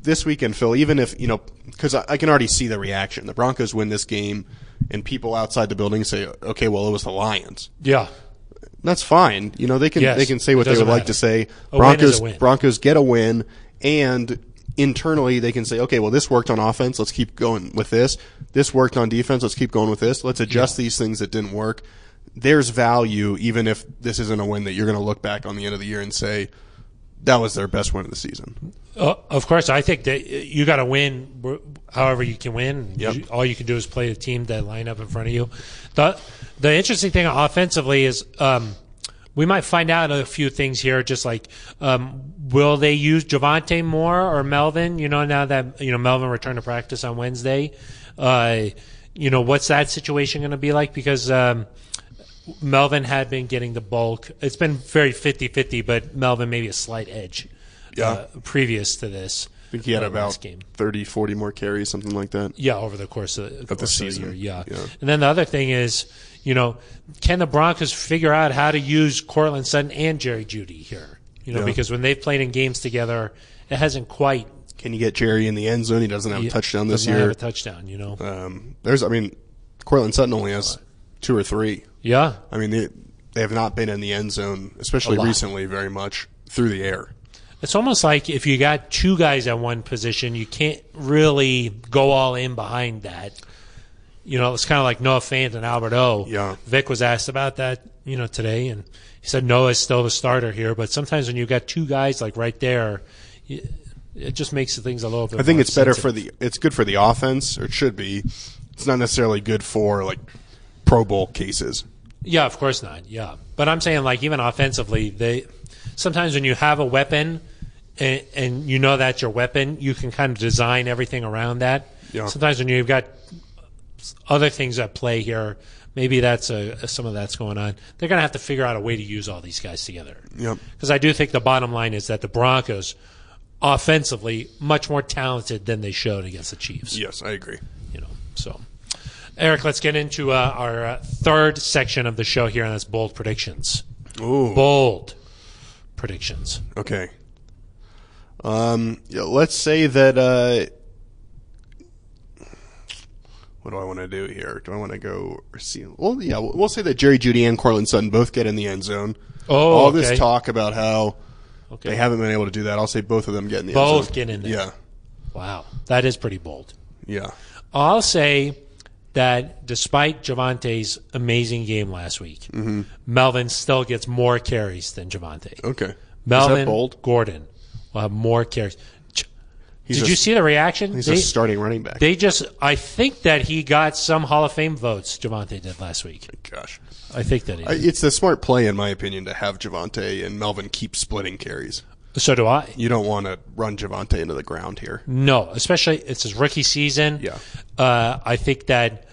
S1: this weekend, Phil, even if, you know, because I, I can already see the reaction. The Broncos win this game, and people outside the building say, okay, well, it was the Lions
S2: Yeah.
S1: That's fine. You know, they can
S2: Yes,
S1: they can say what
S2: it
S1: they would
S2: doesn't
S1: like
S2: matter.
S1: to say.
S2: A win
S1: Broncos
S2: is a win.
S1: Broncos get a win and internally they can say, "Okay, well this worked on offense, let's keep going with this. This worked on defense, let's keep going with this. Let's adjust these things that didn't work." There's value even if this isn't a win that you're going to look back on the end of the year and say that was their best win of the season.
S2: Uh, of course, I think that uh, you got to win wh- however you can win.
S1: Yep.
S2: You- all you can do is play the team that line up in front of you. The the interesting thing offensively is um, we might find out a few things here, just like um, will they use Javante more or Melvin? You know, now that you know Melvin returned to practice on Wednesday, uh, you know what's that situation going to be like because. Um, Melvin had been getting the bulk. It's been very 50-50, but Melvin maybe a slight edge. uh,
S1: Yeah.
S2: previous to this,
S1: I think he had
S2: uh,
S1: about
S2: last game.
S1: 30 40 more carries, something like that.
S2: Yeah, over the course of, of the
S1: season.
S2: year, yeah.
S1: Yeah.
S2: And then the other thing is, you know, can the Broncos figure out how to use Cortland Sutton and Jerry Judy here? You know,
S1: Yeah.
S2: because when they've played in games together, it hasn't quite
S1: Can you get Jerry in the end zone? He doesn't have a touchdown this
S2: doesn't have
S1: year.
S2: a touchdown. You know,
S1: Um, there's, I mean, Cortland Sutton only has two or three.
S2: yeah.
S1: I mean, they, they have not been in the end zone, especially
S2: A lot.
S1: recently, very much through the air.
S2: It's almost like if you got two guys at one position, you can't really go all in behind that. You know, it's kind of like Noah Fant and Albert O.
S1: Yeah.
S2: Vic was asked about that, you know, today, and he said Noah's still the starter here. But sometimes when you got two guys like right there, y- it just makes things a little bit.
S1: I think
S2: more
S1: it's better
S2: sensitive.
S1: for the, it's good for the offense, or it should be. It's not necessarily good for, like, Pro Bowl cases.
S2: Yeah, of course not. Yeah, but I'm saying like even offensively, they sometimes when you have a weapon and, and you know that's your weapon, you can kind of design everything around that.
S1: Yeah.
S2: Sometimes when you've got other things at play here, maybe that's a, some of that's going on. They're going to have to figure out a way to use all these guys together.
S1: Yep.
S2: Because I do think the bottom line is that the Broncos, offensively, much more talented than they showed against the Chiefs
S1: Yes, I agree.
S2: you know. So, Eric, let's get into uh, our uh, third section of the show here, and that's bold predictions.
S1: Ooh.
S2: Bold predictions.
S1: Okay. Um, yeah, let's say that. Uh, what do I want to do here? Do I want to go see? Well, yeah, we'll, we'll say that Jerry Judy and Corlin Sutton both get in the end zone.
S2: Oh,
S1: all
S2: okay.
S1: this talk about how
S2: Okay.
S1: they haven't been able to do that. I'll say both of them get in the end
S2: Both
S1: zone.
S2: get in there.
S1: Yeah,
S2: Wow, that is pretty bold.
S1: yeah.
S2: I'll say that despite Javante's amazing game last week,
S1: Mm-hmm.
S2: Melvin still gets more carries than Javante.
S1: Okay.
S2: Melvin
S1: Is that bold?
S2: Gordon will have more carries. Ch-
S1: He's
S2: Did
S1: a-
S2: you see the reaction?
S1: He's
S2: They-
S1: a starting running back.
S2: they just, I think that he got some Hall of Fame votes. Javante did last week.
S1: Gosh,
S2: I think that he.
S1: I- it's the smart play, in my opinion, to have Javante and Melvin keep splitting carries.
S2: So do I.
S1: You don't want to run Javante into the ground here.
S2: No, especially it's his rookie season.
S1: Yeah.
S2: Uh, I think that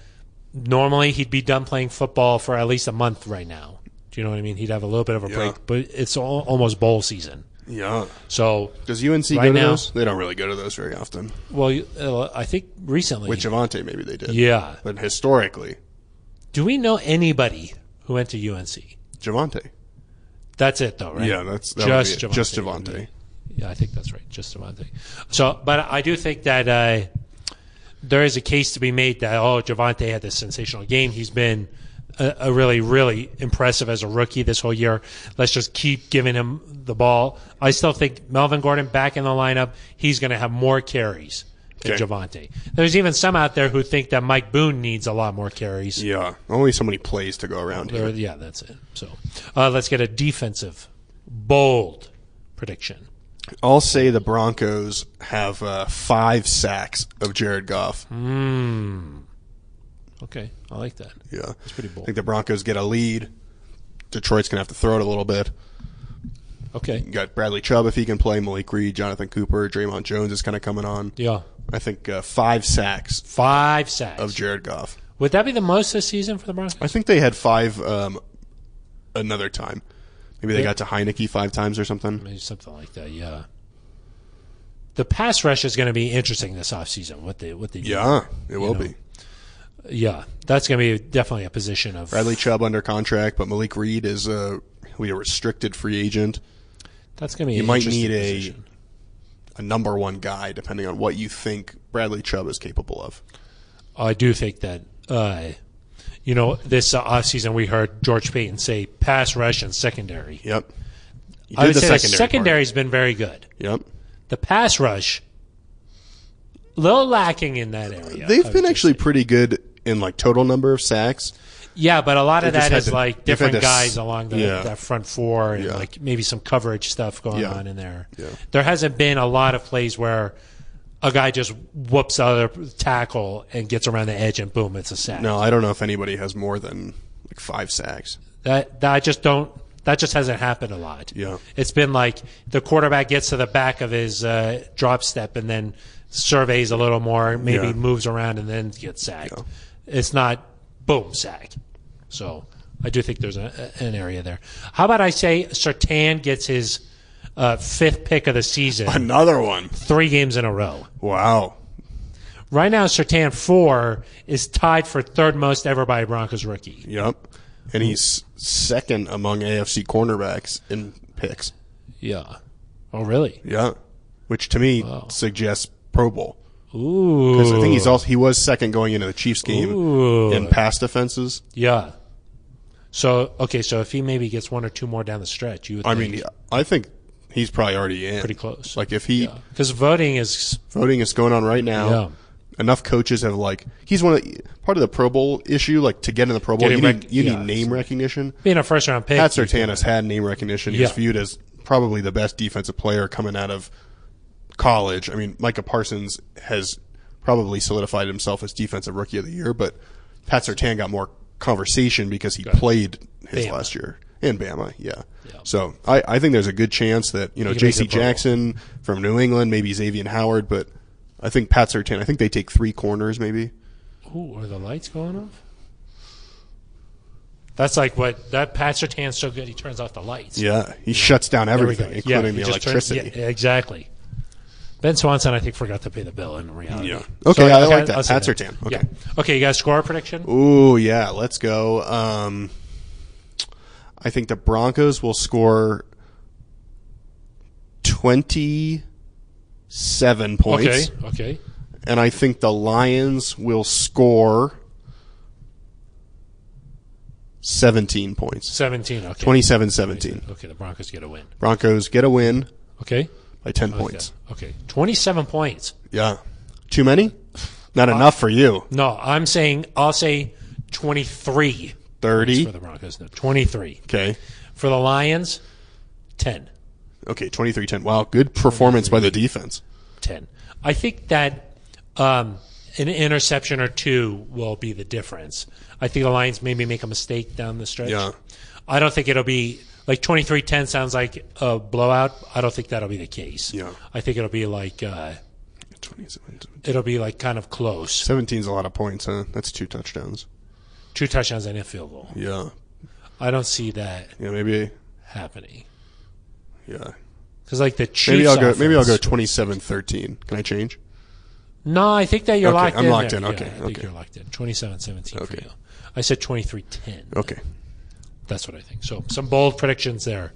S2: normally he'd be done playing football for at least a month right now. Do you know what I mean? He'd have a little bit of a break, but it's all, almost bowl season.
S1: Yeah.
S2: So,
S1: Does UNC go
S2: Right
S1: to
S2: now-
S1: those? They don't really go to those very often.
S2: well, you- uh, I think recently.
S1: With Javante, maybe they did.
S2: yeah.
S1: But historically,
S2: Do we know anybody who went to UNC?
S1: Javante.
S2: That's it, though, right?
S1: Yeah, that's that
S2: Just
S1: would be it.
S2: Javante.
S1: Just Javante.
S2: Yeah, I think that's right. Just Javante. So, but I do think that uh, there is a case to be made that oh, Javante had this sensational game. He's been a, a really, really impressive as a rookie this whole year. Let's just keep giving him the ball. I still think Melvin Gordon back in the lineup. He's going to have more carries than
S1: Okay.
S2: Javante. There's even some out there who think that Mike Boone needs a lot more carries.
S1: Yeah. Only so many plays to go around
S2: Or-
S1: here.
S2: yeah, that's it. So uh, let's get a defensive, bold prediction.
S1: I'll say the Broncos have uh, five sacks of Jared Goff.
S2: Hmm. Okay, I like that.
S1: Yeah.
S2: pretty
S1: I
S2: bold.
S1: think the Broncos get a lead. Detroit's going to have to throw it a little bit.
S2: Okay,
S1: You got Bradley Chubb if he can play, Malik Reed, Jonathan Cooper, Draymond Jones is kind of coming on.
S2: yeah,
S1: I think uh, five sacks
S2: five sacks.
S1: of Jared Goff.
S2: Would that be the most this season for the Broncos?
S1: I think they had five um, another time. Maybe they got to Heineke five times or something.
S2: Maybe something like that. Yeah. The pass rush is going to be interesting this offseason. What they what they do.
S1: Yeah, it will be.
S2: yeah that's going to be definitely a position of
S1: Bradley Chubb under contract, but Malik Reed is a we a restricted free agent.
S2: that's going to be you
S1: might need a- A number one guy, depending on what you think Bradley Chubb is capable of.
S2: I do think that uh, you know, this uh, offseason we heard George Payton say pass rush and secondary.
S1: Yep. You
S2: I would
S1: did
S2: say the
S1: secondary
S2: secondary's been very good.
S1: part. Yep.
S2: The pass rush, little lacking in that area. I
S1: They've
S2: would
S1: been
S2: say.
S1: actually pretty good in like total number of sacks.
S2: Yeah, but a lot of
S1: They just
S2: that
S1: had
S2: is
S1: to-
S2: like
S1: they've had
S2: different
S1: to s-
S2: guys along the
S1: yeah.
S2: that front four and
S1: Yeah.
S2: like maybe some coverage stuff going
S1: Yeah.
S2: on in there. There hasn't been a lot of plays where a guy just whoops other tackle and gets around the edge and boom, it's a sack.
S1: No, I don't know if anybody has more than like five sacks.
S2: That that I just don't. That just hasn't happened a lot.
S1: Yeah.
S2: it's been like the quarterback gets to the back of his uh, drop step and then surveys a little more, maybe
S1: Yeah.
S2: moves around and then gets sacked. It's not boom sack. So I do think there's a, a- an area there. How about I say Sertan gets his uh, fifth pick of the season,
S1: Another one.
S2: three games in a row.
S1: Wow.
S2: Right now, Sertan four is tied for third most ever by a Broncos rookie.
S1: Yep. And he's second among AFC cornerbacks in picks.
S2: Yeah. Oh, really?
S1: Yeah. Which to me suggests Pro Bowl.
S2: Ooh.
S1: 'Cause I think he's also he was second going into the Chiefs game
S2: Ooh.
S1: in pass defenses.
S2: Yeah. So okay, so if he maybe gets one or two more down the stretch, you would.
S1: I
S2: think
S1: mean, I think he's probably already in.
S2: pretty close.
S1: Like if he
S2: because voting is
S1: voting is going on right now.
S2: Yeah.
S1: Enough coaches have like he's one of the, part of the Pro Bowl issue. Like to get in the Pro Bowl, you
S2: Getting
S1: need,
S2: rec-
S1: you need
S2: yeah.
S1: name recognition.
S2: being a first round pick.
S1: Pat Sertan has had name recognition. He's
S2: Yeah.
S1: viewed as probably the best defensive player coming out of college. I mean, Micah Parsons has probably solidified himself as defensive rookie of the year, but Pat Sertan got more conversation because he played his
S2: Bama.
S1: last year in Bama. Yeah. So I, I think there's a good chance that, you know,
S2: can make
S1: J.C.
S2: the Pro Bowl.
S1: Jackson from New England, maybe Xavier Howard, but I think Pat Sertan, I think they take three corners maybe.
S2: Ooh, are the lights going off? That's like what that Pat Sertan's so good he turns off the lights.
S1: Yeah. He shuts down
S2: There we
S1: everything,
S2: go.
S1: including
S2: he
S1: the
S2: just turns-
S1: electricity.
S2: yeah, exactly. Ben Swanson, I think, forgot to pay the bill in reality.
S1: Yeah. Okay, I like that.
S2: I'll say
S1: Pat Surtain. Okay.
S2: Yeah. Okay, you guys score prediction?
S1: Ooh, yeah, let's go. Um, I think the Broncos will score 27 points.
S2: okay. Okay.
S1: And I think the Lions will score 17 points.
S2: Seventeen. Okay.
S1: 27 17.
S2: Okay, the Broncos get a win.
S1: Broncos get a win
S2: Okay.
S1: by 10 points.
S2: Okay. okay. 27 points.
S1: Yeah. Too many? Not enough for you.
S2: No, I'm saying I'll say 23 for
S1: 30.
S2: the Broncos. No, 23
S1: Okay.
S2: for the Lions. 10.
S1: Okay, 23 10. Wow, good performance by the defense.
S2: 10. I think that um, an interception or two will be the difference. I think the Lions maybe make a mistake down the stretch.
S1: Yeah.
S2: I don't think it'll be like 23-10 sounds like a blowout. I don't think that'll be the case.
S1: Yeah.
S2: I think it'll be like uh,
S1: 27
S2: it'll be like kind of close.
S1: 17's a lot of points, huh? That's two touchdowns.
S2: Two touchdowns and a field goal.
S1: Yeah.
S2: I don't see that
S1: Yeah, maybe
S2: happening.
S1: yeah.
S2: Because like the Chiefs,
S1: Maybe I'll go maybe I'll go
S2: offense-
S1: 27-13. Can I change?
S2: no, I think that you're
S1: Okay,
S2: locked
S1: I'm
S2: in.
S1: locked
S2: there.
S1: in.
S2: Yeah,
S1: Okay,
S2: I think
S1: okay.
S2: you're locked in. 27-17 for
S1: Okay. Oh.
S2: you. I said 23-10.
S1: Okay.
S2: That's what I think. So some bold predictions there.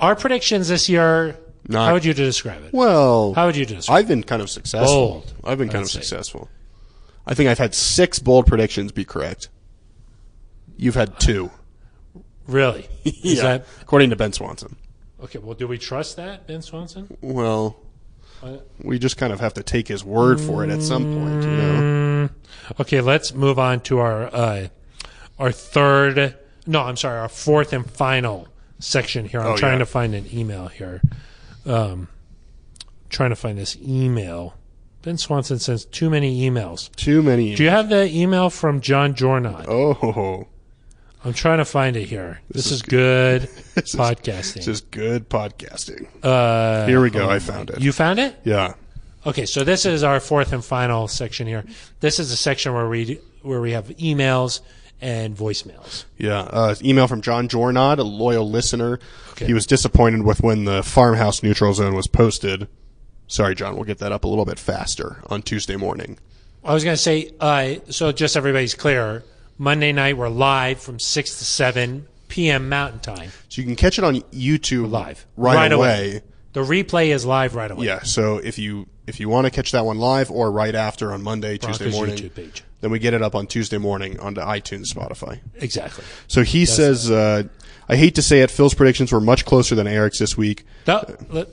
S2: Our predictions this year.
S1: Not-
S2: how would you describe it?
S1: Well,
S2: How would you describe?
S1: I've been kind of successful.
S2: Bold,
S1: I've been kind
S2: I'd
S1: of
S2: say.
S1: successful. I think I've had 6 bold predictions be correct. You've had 2.
S2: it? Really? Is
S1: yeah.
S2: that
S1: according to Ben Swanson.
S2: okay? Well, do we trust that Ben Swanson?
S1: Well,
S2: Uh,
S1: we just kind of have to take his word for it at some point, you know.
S2: Okay, let's move on to our uh, our third. No, I'm sorry, our fourth and final section here. I'm
S1: Oh,
S2: trying
S1: yeah.
S2: to find an email here. Um, trying to find this email. Ben Swanson sends too many emails.
S1: Too many.
S2: Do you have the email from John Jornot?
S1: oh,
S2: I'm trying to find it here. This, is, good
S1: This is-
S2: podcasting.
S1: this is good podcasting.
S2: uh,
S1: Here we go. I found it.
S2: you found it?
S1: yeah.
S2: Okay, so this is our fourth and final section here. This is a section where we where we have emails and voicemails.
S1: Yeah, uh, email from John Jornod, a loyal listener. He was disappointed with when the farmhouse neutral zone was posted. Sorry, John, we'll get that up a little bit faster on Tuesday morning.
S2: I was going to say, uh, so just everybody's clear. Monday night we're live from six to seven p.m. Mountain Time.
S1: So you can catch it on YouTube
S2: Live.
S1: right,
S2: Right
S1: away,
S2: away. The replay is live right away.
S1: Yeah, so if you if you want to catch that one live or right after on Monday, Tuesday
S2: Broncos
S1: morning,
S2: YouTube page.
S1: then we get it up on Tuesday morning onto iTunes, Spotify.
S2: Exactly.
S1: So he says, uh, I hate to say it, Phil's predictions were much closer than Eric's this week.
S2: No, let,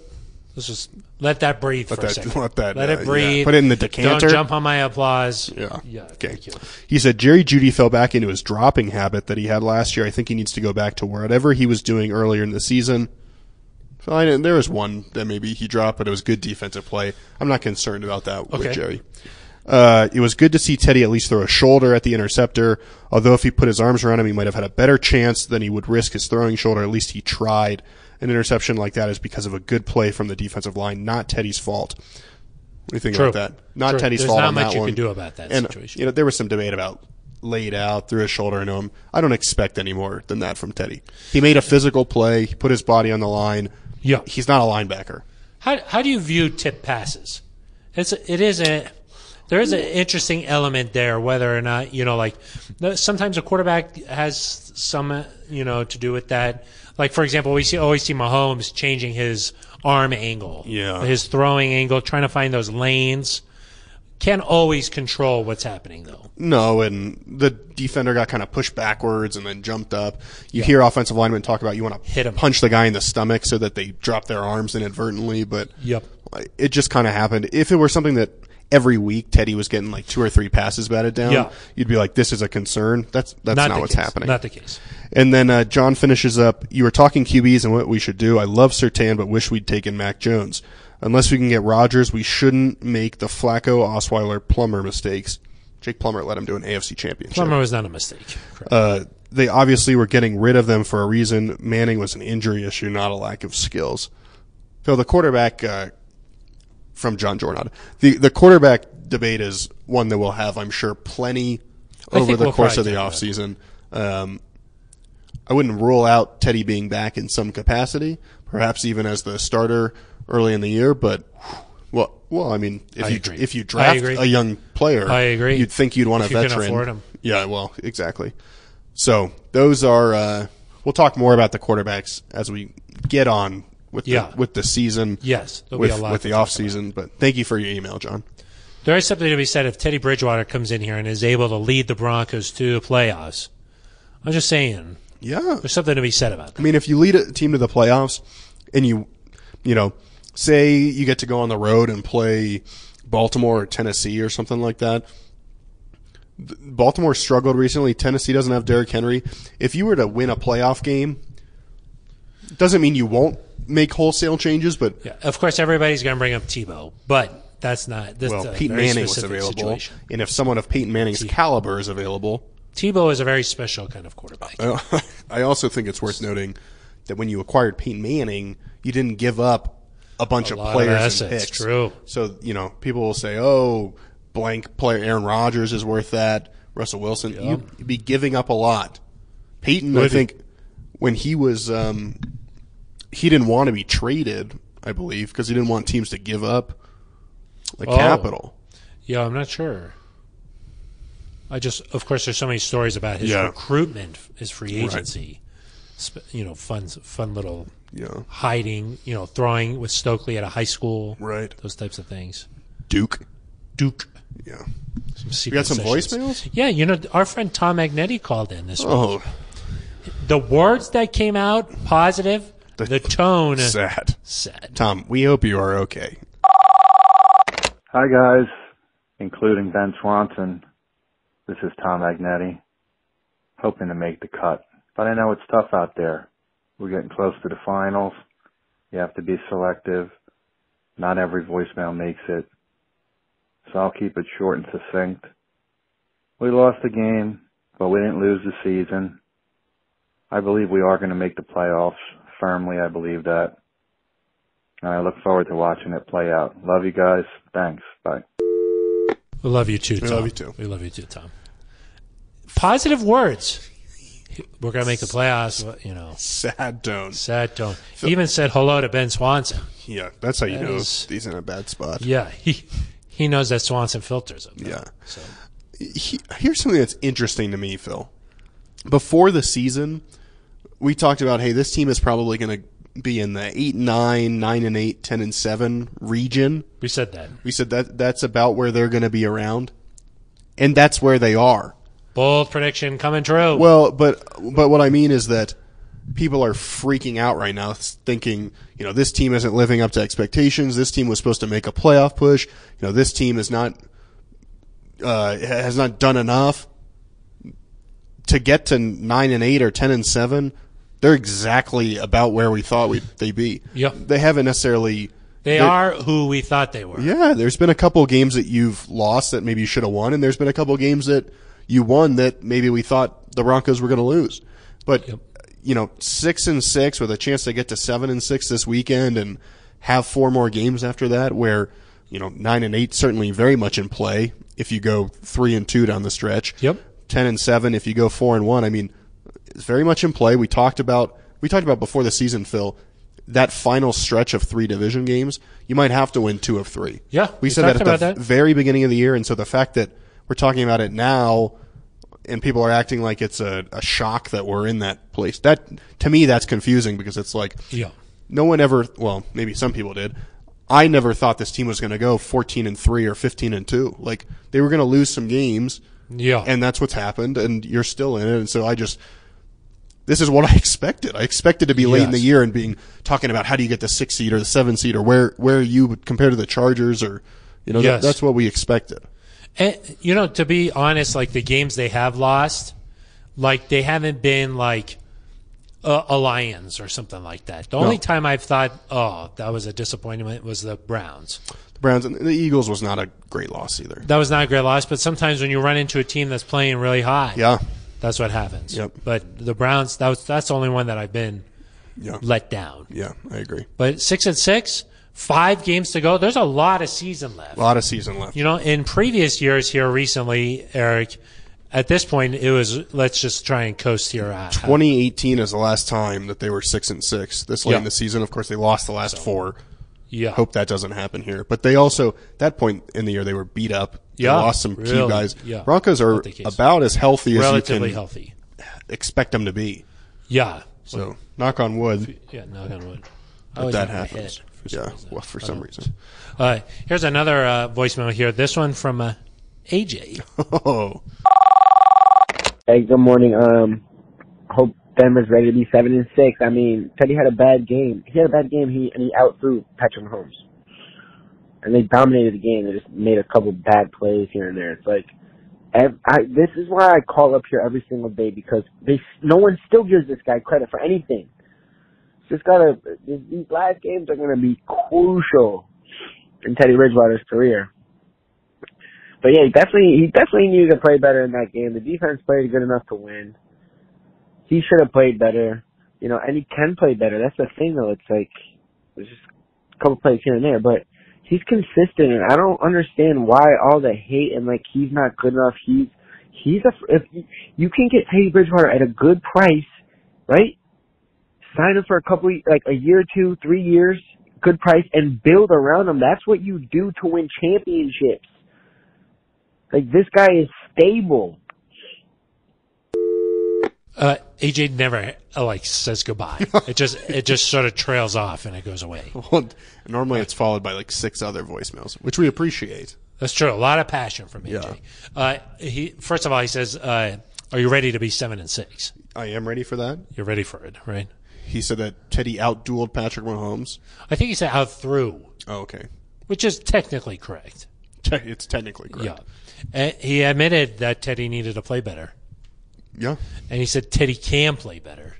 S2: us just let that breathe for
S1: that-
S2: a second.
S1: let that,
S2: let
S1: uh,
S2: it breathe.
S1: yeah. Put it in the decanter.
S2: Don't jump on my applause.
S1: Yeah.
S2: Yeah.
S1: Okay.
S2: thank you.
S1: He said Jerry Judy fell back into his dropping habit that he had last year. I think he needs to go back to whatever he was doing earlier in the season. Fine. And there was one that maybe he dropped, but it was good defensive play. I'm not concerned about that with
S2: Okay.
S1: Jerry. Uh, it was good to see Teddy at least throw a shoulder at the interceptor. Although if he put his arms around him, he might have had a better chance than he would risk his throwing shoulder. At least he tried. An interception like that is because of a good play from the defensive line, not Teddy's fault. What do you think
S2: True.
S1: about that? Not
S2: True.
S1: Teddy's
S2: There's
S1: fault.
S2: not
S1: on
S2: much
S1: that
S2: you
S1: one.
S2: can do about that
S1: And,
S2: situation.
S1: You know, there was some debate about laid out, threw his shoulder into him. I don't expect any more than that from Teddy. He made a physical play. He put his body on the line.
S2: Yeah.
S1: He's not a linebacker.
S2: How how do you view tip passes? It's it is a there is an interesting element there, whether or not you know, like sometimes a quarterback has some uh, you know to do with that. Like for example, we see always see Mahomes changing his arm angle,
S1: Yeah.
S2: his throwing angle, trying to find those lanes. Can't always control what's happening though.
S1: No, and the defender got kind of pushed backwards and then jumped up. You hear offensive linemen talk about you want to
S2: Hit 'em.
S1: punch the guy in the stomach so that they drop their arms inadvertently, but
S2: Yep.
S1: it just kind of happened. If it were something that every week Teddy was getting like two or three passes batted down,
S2: Yeah.
S1: you'd be like, "This is a concern." That's that's not,
S2: the
S1: what's
S2: case.
S1: happening.
S2: Not the case.
S1: And then uh, John finishes up. You were talking QBs and what we should do. I love Sertan, but wish we'd taken Mac Jones. Unless we can get Rodgers, we shouldn't make the Flacco, Osweiler, Plummer mistakes. Jake Plummer let him do an AFC championship.
S2: Plummer was not a mistake. Correct.
S1: Uh, they obviously were getting rid of them for a reason. Manning was an injury issue, not a lack of skills. So the quarterback uh, from John Jordan, the the quarterback debate is one that we'll have, I'm sure, plenty
S2: think
S1: over the
S2: we'll
S1: course of
S2: probably
S1: the
S2: talk about
S1: offseason. Um, I wouldn't rule out Teddy being back in some capacity, perhaps even as the starter early in the year. But well, well, I mean, if you
S2: agree.
S1: if you
S2: I
S1: draft
S2: agree.
S1: a young player,
S2: I agree.
S1: You'd think you'd want
S2: If
S1: a
S2: you can
S1: veteran.
S2: afford 'em.
S1: Yeah, well, exactly. So those are. Uh, we'll talk more about the quarterbacks as we get on with
S2: Yeah.
S1: the, with the season.
S2: Yes, there'll
S1: with,
S2: be a lot
S1: with
S2: to
S1: the off season. But thank you for your email, John.
S2: There is something to be said if Teddy Bridgewater comes in here and is able to lead the Broncos to the playoffs. I'm just saying,
S1: Yeah,
S2: there's something to be said about
S1: I
S2: that.
S1: mean, if you lead a team to the playoffs, and you, you know, say you get to go on the road and play Baltimore or Tennessee or something like that. Th- Baltimore struggled recently. Tennessee doesn't have Derrick Henry. If you were to win a playoff game, doesn't mean you won't make wholesale changes, but
S2: Yeah, of course, everybody's going to bring up Tebow, but that's not. This
S1: well,
S2: is a
S1: Peyton
S2: very
S1: Manning was
S2: specific
S1: available,
S2: Situation.
S1: and if someone of Peyton Manning's caliber is available,
S2: Tebow is a very special kind of quarterback.
S1: Uh, I also think it's worth noting that when you acquired Peyton Manning, you didn't give up a bunch of
S2: lot of
S1: players and
S2: assets,
S1: picks.
S2: true.
S1: So you know, people will say, "Oh, blank player Aaron Rodgers is worth that." Russell Wilson, you- you'd be giving up a lot. Peyton, I
S2: Would he?
S1: think, when he was, um, he didn't want to be traded. I believe because he didn't want teams to give up the
S2: Oh.
S1: capital.
S2: Yeah, I'm not sure. I just, of course, there's so many stories about his
S1: Yeah.
S2: recruitment, his free agency. Sp You know, fun, fun little
S1: Yeah,
S2: hiding. You know, throwing with Stokely at a high school.
S1: right.
S2: Those types of things.
S1: Duke.
S2: Duke.
S1: Yeah, we
S2: Some
S1: got some
S2: voicemail.
S1: voicemails.
S2: Yeah, you know, our friend Tom Agnetti called in this. week.
S1: Oh,
S2: The words that came out positive. The, tone
S1: sad.
S2: sad.
S1: Tom, we hope you are okay.
S3: Hi guys, including Ben Swanson. This is Tom Agnetti, hoping to make the cut. But I know it's tough out there. We're getting close to the finals. You have to be selective. Not every voicemail makes it. So I'll keep it short and succinct. We lost the game, but we didn't lose the season. I believe we are going to make the playoffs. Firmly, I believe that. And I look forward to watching it play out. Love you guys. Thanks. Bye.
S2: We love you too. Tom.
S1: love you too.
S2: We love you too, Tom. Positive words. We're gonna make the playoffs. but, You know,
S1: Sad tones.
S2: sad tone. He even said hello to Ben Swanson.
S1: Yeah, that's how you know
S2: is-
S1: he's in a bad spot.
S2: Yeah, he he knows that Swanson filters him.
S1: Yeah.
S2: So
S1: He- here's something that's interesting to me, Phil. Before the season, we talked about, hey, this team is probably going to be in the eight, nine, nine and eight, 10 and seven region.
S2: We said that.
S1: We said that that's about where they're going to be around, and that's where they are.
S2: Bold prediction coming true.
S1: Well, but but what I mean is that people are freaking out right now, thinking you know this team isn't living up to expectations. This team was supposed to make a playoff push. You know this team is not uh, has not done enough to get to nine and eight or ten and seven. They're exactly about where we thought we'd, they'd be.
S2: Yeah.
S1: they haven't necessarily.
S2: they
S1: they're-
S2: are who we thought they were.
S1: Yeah, there's been a couple games that you've lost that maybe you should have won, and there's been a couple games that you won that maybe we thought the Broncos were going to lose. But you know, six and six with a chance to get to seven and six this weekend, and have four more games after that, where you know nine and eight certainly very much in play if you go three and two down the stretch.
S2: Yep.
S1: Ten and seven if you go four and one. I mean, it's very much in play. We talked about we talked about before the season, Phil. That final stretch of three division games, you might have to win two of three.
S2: Yeah,
S1: we
S2: we
S1: said that
S2: talked
S1: at the
S2: about that.
S1: very beginning of the year, and so the fact that we're talking about it now, and people are acting like it's a, a shock that we're in that place. That to me, that's confusing because it's like
S2: Yeah.
S1: no one ever. Well, maybe some people did. I never thought this team was going to go fourteen and three or fifteen and two. Like they were going to lose some games,
S2: Yeah.
S1: and that's what's happened. And you're still in it. And so I just. This is what I expected. I expected to be late in the
S2: Yes.
S1: year and being talking about how do you get the six seed or the seven seed or where where are you compared to the Chargers or you know that-
S2: Yes.
S1: that's what we expected.
S2: And, you know, to be honest, like the games they have lost, like they haven't been like a, a Lions or something like that. The only time I've thought, oh, that was a disappointment was the Browns.
S1: The Browns and the Eagles was not a great loss either.
S2: That was not a great loss, but sometimes when you run into a team that's playing really hot,
S1: Yeah.
S2: that's what happens.
S1: Yep.
S2: But the Browns, that was, that's the only one that I've been
S1: Yeah.
S2: let down.
S1: Yeah, I agree.
S2: But six and six, five games to go. There's a lot of season left.
S1: A lot of season left.
S2: You know, in previous years here recently, Eric, at this point, it was let's just try and coast here. out.
S1: 2018 is the last time that they were six and six. This late
S2: Yeah.
S1: in the season, of course, they lost the last four.
S2: yeah.
S1: Hope that doesn't happen here. But they also that point in the year they were beat up. They
S2: Yeah,
S1: lost some key
S2: really,
S1: guys.
S2: yeah.
S1: Broncos are
S2: Not the case.
S1: about as healthy as you
S2: Relatively
S1: can
S2: healthy.
S1: expect them to be.
S2: Yeah.
S1: So knock on wood
S2: Yeah, knock on wood. I
S1: that
S2: always
S1: that
S2: hit my
S1: happens.
S2: head for some
S1: yeah,
S2: reason.
S1: well, for some reason.
S2: Uh, here's another uh, voicemail here. This one from uh, AJ.
S1: Oh,
S4: Hey, good morning. Um, hope Denver's ready to be seven and six. I mean, Teddy had a bad game. He had a bad game. He and he out threw Patrick Mahomes, and they dominated the game. They just made a couple bad plays here and there. It's like, ev- I, this is why I call up here every single day because they no one still gives this guy credit for anything. Just gotta these these last games are gonna be crucial in Teddy Ridgewater's career. But yeah, he definitely he definitely needed to play better in that game. The defense played good enough to win. He should have played better, you know, and he can play better. That's the thing though. It's like there's just a couple plays here and there, but he's consistent, and I don't understand why all the hate and like he's not good enough. He's he's a if you- you can get Teddy Bridgewater at a good price, right? Sign him for a couple like a year, two, three years, good price, and build around him. That's what you do to win championships. Like this guy is stable.
S2: Uh, AJ never uh, like says goodbye. it just it just sort of trails off and it goes away.
S1: well, normally it's followed by like six other voicemails, which we appreciate.
S2: That's true. A lot of passion from AJ.
S1: Yeah.
S2: Uh, he first of all he says, uh, "Are you ready to be seven and six?
S1: I am ready for that.
S2: You're ready for it, right?"
S1: He said that Teddy outdueled Patrick Mahomes.
S2: I think he said out through,
S1: Oh, okay.
S2: which is technically correct.
S1: Te- it's technically correct.
S2: Yeah, and he admitted that Teddy needed to play better,
S1: Yeah.
S2: and he said Teddy can play better.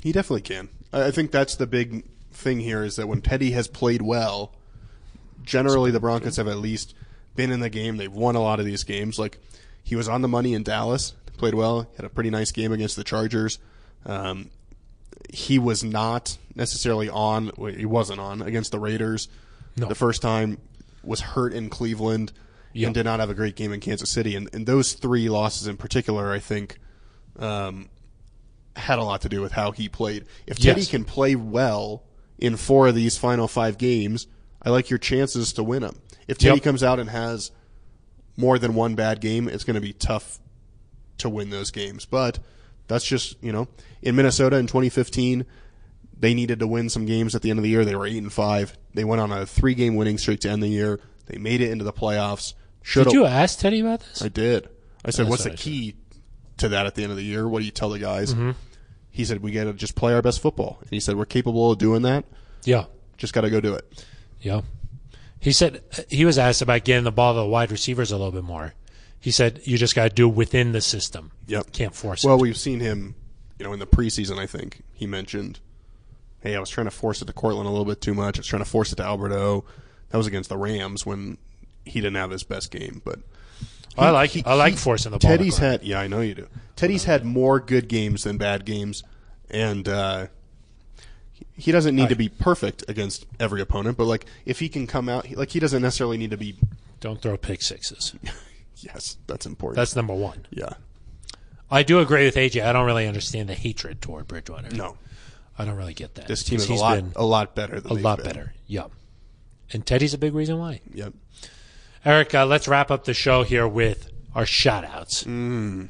S1: He definitely can. I I think that's the big thing here is that when Teddy has played well, generally the Broncos have at least been in the game. They've won a lot of these games. Like he was on the money in Dallas, played well, had a pretty nice game against the Chargers. Um, he was not necessarily on. well, He wasn't on against the Raiders.
S2: No.
S1: The first time was hurt in Cleveland
S2: Yep.
S1: and did not have a great game in Kansas City. And, and those three losses in particular, I think, um, had a lot to do with how he played. If Teddy
S2: Yes.
S1: can play well in four of these final five games, I like your chances to win them. If Teddy
S2: Yep.
S1: comes out and has more than one bad game, it's going to be tough to win those games. But that's just, you know, in Minnesota in 2015, They needed to win some games at the end of the year. They were eight and five. They went on a three game winning streak to end the year. They made it into the playoffs. Should
S2: Did you ask Teddy about this?
S1: I did. I said, "What's
S2: That's what
S1: the
S2: I said. Mm-hmm.
S1: key to that at the end of the year? What do you tell the guys?" He said, "We got to just play our best football." And he said, "We're capable of doing that.
S2: yeah.
S1: Just got to go do it."
S2: Yeah. He said he was asked about getting the ball to the wide receivers a little bit more. He said you just got to do within the system.
S1: Yep.
S2: Can't force
S1: Well,
S2: it.
S1: we've seen him, you know, in the preseason. I think he mentioned, "Hey, I was trying to force it to Cortland a little bit too much. I was trying to force it to Alberto." That was against the Rams when he didn't have his best game, but
S2: I like
S1: he-
S2: I like
S1: he-
S2: forcing the ball. to
S1: Teddy's
S2: Gronk.
S1: had yeah, I know you do. Teddy's had more good games than bad games, and uh, he- he doesn't need to be perfect against every opponent. But like, if he can come out, he- like he doesn't necessarily need to be.
S2: Don't throw pick sixes.
S1: Yes, that's important.
S2: That's number one.
S1: yeah.
S2: I do agree with AJ. I don't really understand the hatred toward Bridgewater.
S1: No,
S2: I don't really get that.
S1: this team is a
S2: He's
S1: lot
S2: been
S1: a lot better. Than
S2: a
S1: they've
S2: lot
S1: been.
S2: better. Yeah. And Teddy's a big reason why.
S1: Yep.
S2: Eric, uh, let's wrap up the show here with our shout outs.
S1: Mm.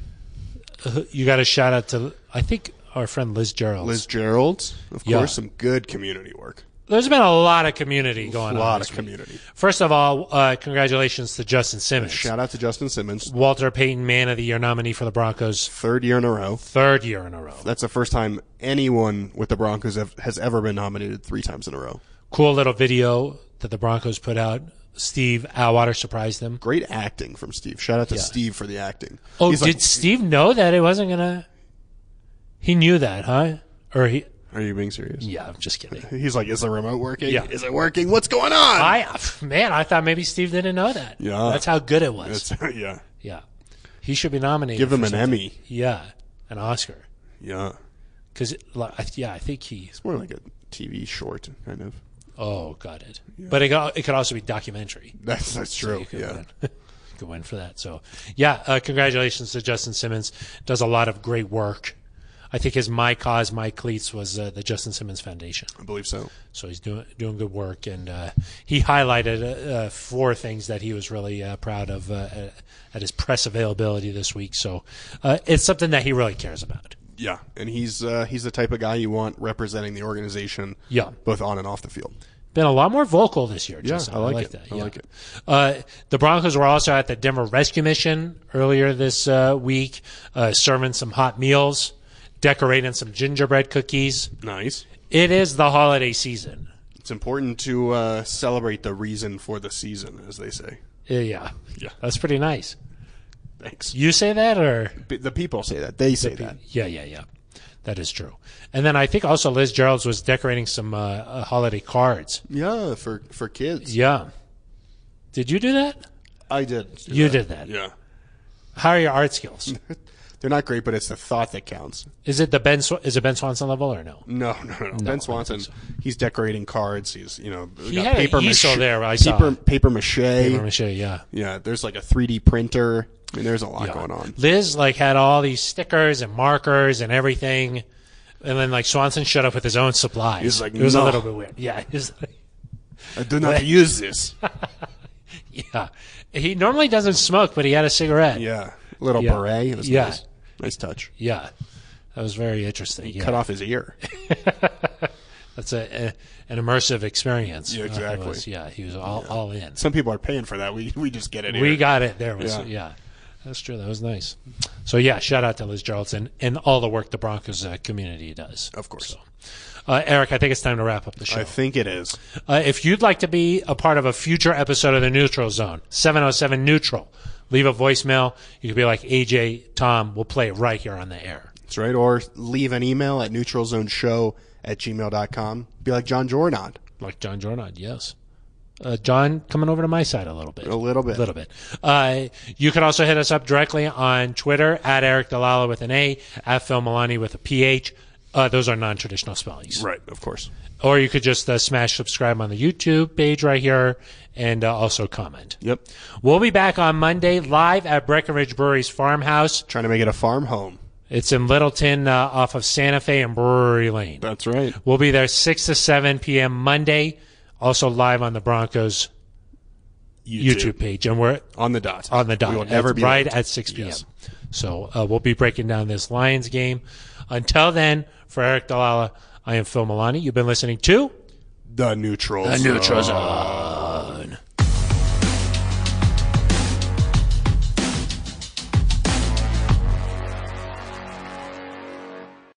S2: You got a shout out to, I think, our friend Liz Gerald.
S1: Liz Gerald, of
S2: Yeah.
S1: course, some good community work.
S2: There's been a lot of community going
S1: A
S2: on.
S1: lot
S2: this
S1: of
S2: week.
S1: community.
S2: First of all, uh, congratulations to Justin Simmons,
S1: Shout out to Justin Simmons,
S2: Walter Payton Man of the Year nominee for the Broncos,
S1: third year in a row.
S2: third year in a row.
S1: That's the first time anyone with the Broncos have, has ever been nominated three times in a row.
S2: Cool little video that the Broncos put out. Steve Atwater surprised them.
S1: Great acting from Steve. Shout out to Steve for the acting.
S2: Oh,
S1: He's
S2: did
S1: like,
S2: Steve know that it wasn't gonna? He knew that, huh? Or he?
S1: Are you being serious?
S2: Yeah, I'm just kidding.
S1: He's like, is the remote working?
S2: Yeah.
S1: Is it working? What's going on?
S2: I man, I thought maybe Steve didn't know that.
S1: Yeah.
S2: that's how good it was.
S1: That's- yeah.
S2: yeah, he should be nominated.
S1: Give him
S2: for
S1: an
S2: something.
S1: Emmy.
S2: Yeah, an Oscar.
S1: Yeah.
S2: Because yeah, I think he.
S1: It's more like a TV short, kind of.
S2: Oh, got it. But it got, it could also be documentary.
S1: That's that's true.
S2: You could
S1: Yeah.
S2: win. You could win for that. So yeah, uh, congratulations to Justin Simmons. Does a lot of great work. I think his my cause my cleats was uh, the Justin Simmons Foundation.
S1: I believe so.
S2: So he's doing doing good work, and uh, he highlighted uh, uh, four things that he was really uh, proud of uh, at- at his press availability this week. So uh, it's something that he really cares about.
S1: Yeah. And he's uh, he's the type of guy you want representing the organization.
S2: Yeah.
S1: Both on and off the field.
S2: been a lot more vocal this year.
S1: Yeah,
S2: Justin.
S1: I like it.
S2: that.
S1: I
S2: yeah.
S1: like it.
S2: Uh, the Broncos were also at the Denver Rescue Mission earlier this uh, week, uh, serving some hot meals, decorating some gingerbread cookies.
S1: Nice.
S2: It is the holiday season.
S1: It's important to uh, celebrate the reason for the season, as they say.
S2: Uh, yeah,
S1: Yeah.
S2: that's pretty nice.
S1: Thanks.
S2: You say that, or
S1: P- The people say that. They say that.
S2: yeah, yeah, yeah, that is true. And then I think also Liz Gerald's was decorating some uh, uh, holiday cards.
S1: Yeah, for for kids.
S2: Yeah. Did you do that?
S1: I did. do
S2: You
S1: that.
S2: did that.
S1: Yeah.
S2: How are your art skills?
S1: They're not great, but it's the thought that counts.
S2: Is it the Ben? Sw- Is it Ben Swanson level or no?
S1: No, no, no. ben Swanson, he's decorating cards. He's you know he
S2: had an easel there, I saw.
S1: paper paper mache.
S2: Let me show you, Yeah.
S1: Yeah, there's like a 3D printer. I mean, there's a lot going on.
S2: Liz like had all these stickers and markers and everything, and then like Swanson showed up with his own supplies.
S1: He's like,
S2: it was a
S1: "No."
S2: little bit weird. Yeah, he's like,
S1: I do not use this.
S2: yeah. He normally doesn't smoke, but he had a cigarette.
S1: Yeah, little
S2: Yeah.
S1: beret. It was
S2: Yeah.
S1: nice. Nice touch.
S2: Yeah. That was very interesting. Yeah.
S1: Cut off his ear.
S2: That's a, a an immersive experience.
S1: Yeah,
S2: Uh, it
S1: exactly.
S2: was- yeah, he was all, all in.
S1: Some people are paying for that. We we just get it.
S2: We
S1: here.
S2: got it. There was
S1: Yeah.
S2: yeah. That's true. That was nice. So yeah, shout out to Liz Charlton and all the work the Broncos uh, community does.
S1: of course.
S2: Uh, Eric, I think it's time to wrap up the show.
S1: I think it is.
S2: Uh, if you'd like to be a part of a future episode of the Neutral Zone, 707 Neutral, leave a voicemail. You could be like AJ, Tom, we'll play it right here on the air.
S1: That's right. Or leave an email at neutralzoneshow at gmail.com. Be like John Jordan.
S2: Like John Jordan, yes. Uh, John, coming over to my side a little bit.
S1: A little bit.
S2: A little bit. Uh, you can also hit us up directly on Twitter at Eric Dalala with an A, at Phil Milani with a PH. Uh, those are non traditional spellings.
S1: Right, of course.
S2: Or you could just uh, smash subscribe on the YouTube page right here and uh, also comment.
S1: Yep.
S2: We'll be back on Monday live at Breckenridge Brewery's farmhouse.
S1: Trying to make it a farm home.
S2: It's in Littleton uh, off of Santa Fe and Brewery Lane.
S1: That's right.
S2: We'll be there 6 to 7 p.m. Monday, also live on the Broncos YouTube, page. And we're
S1: On the dot.
S2: on the dot.
S1: We will never
S2: It's
S1: be
S2: right
S1: late.
S2: at 6 p.m.
S1: Yes.
S2: So uh, we'll be breaking down this Lions game. Until then, for Eric Dalala,
S1: I am Phil Milani. You've been listening to
S2: The neutral.
S1: The Neutral Zone.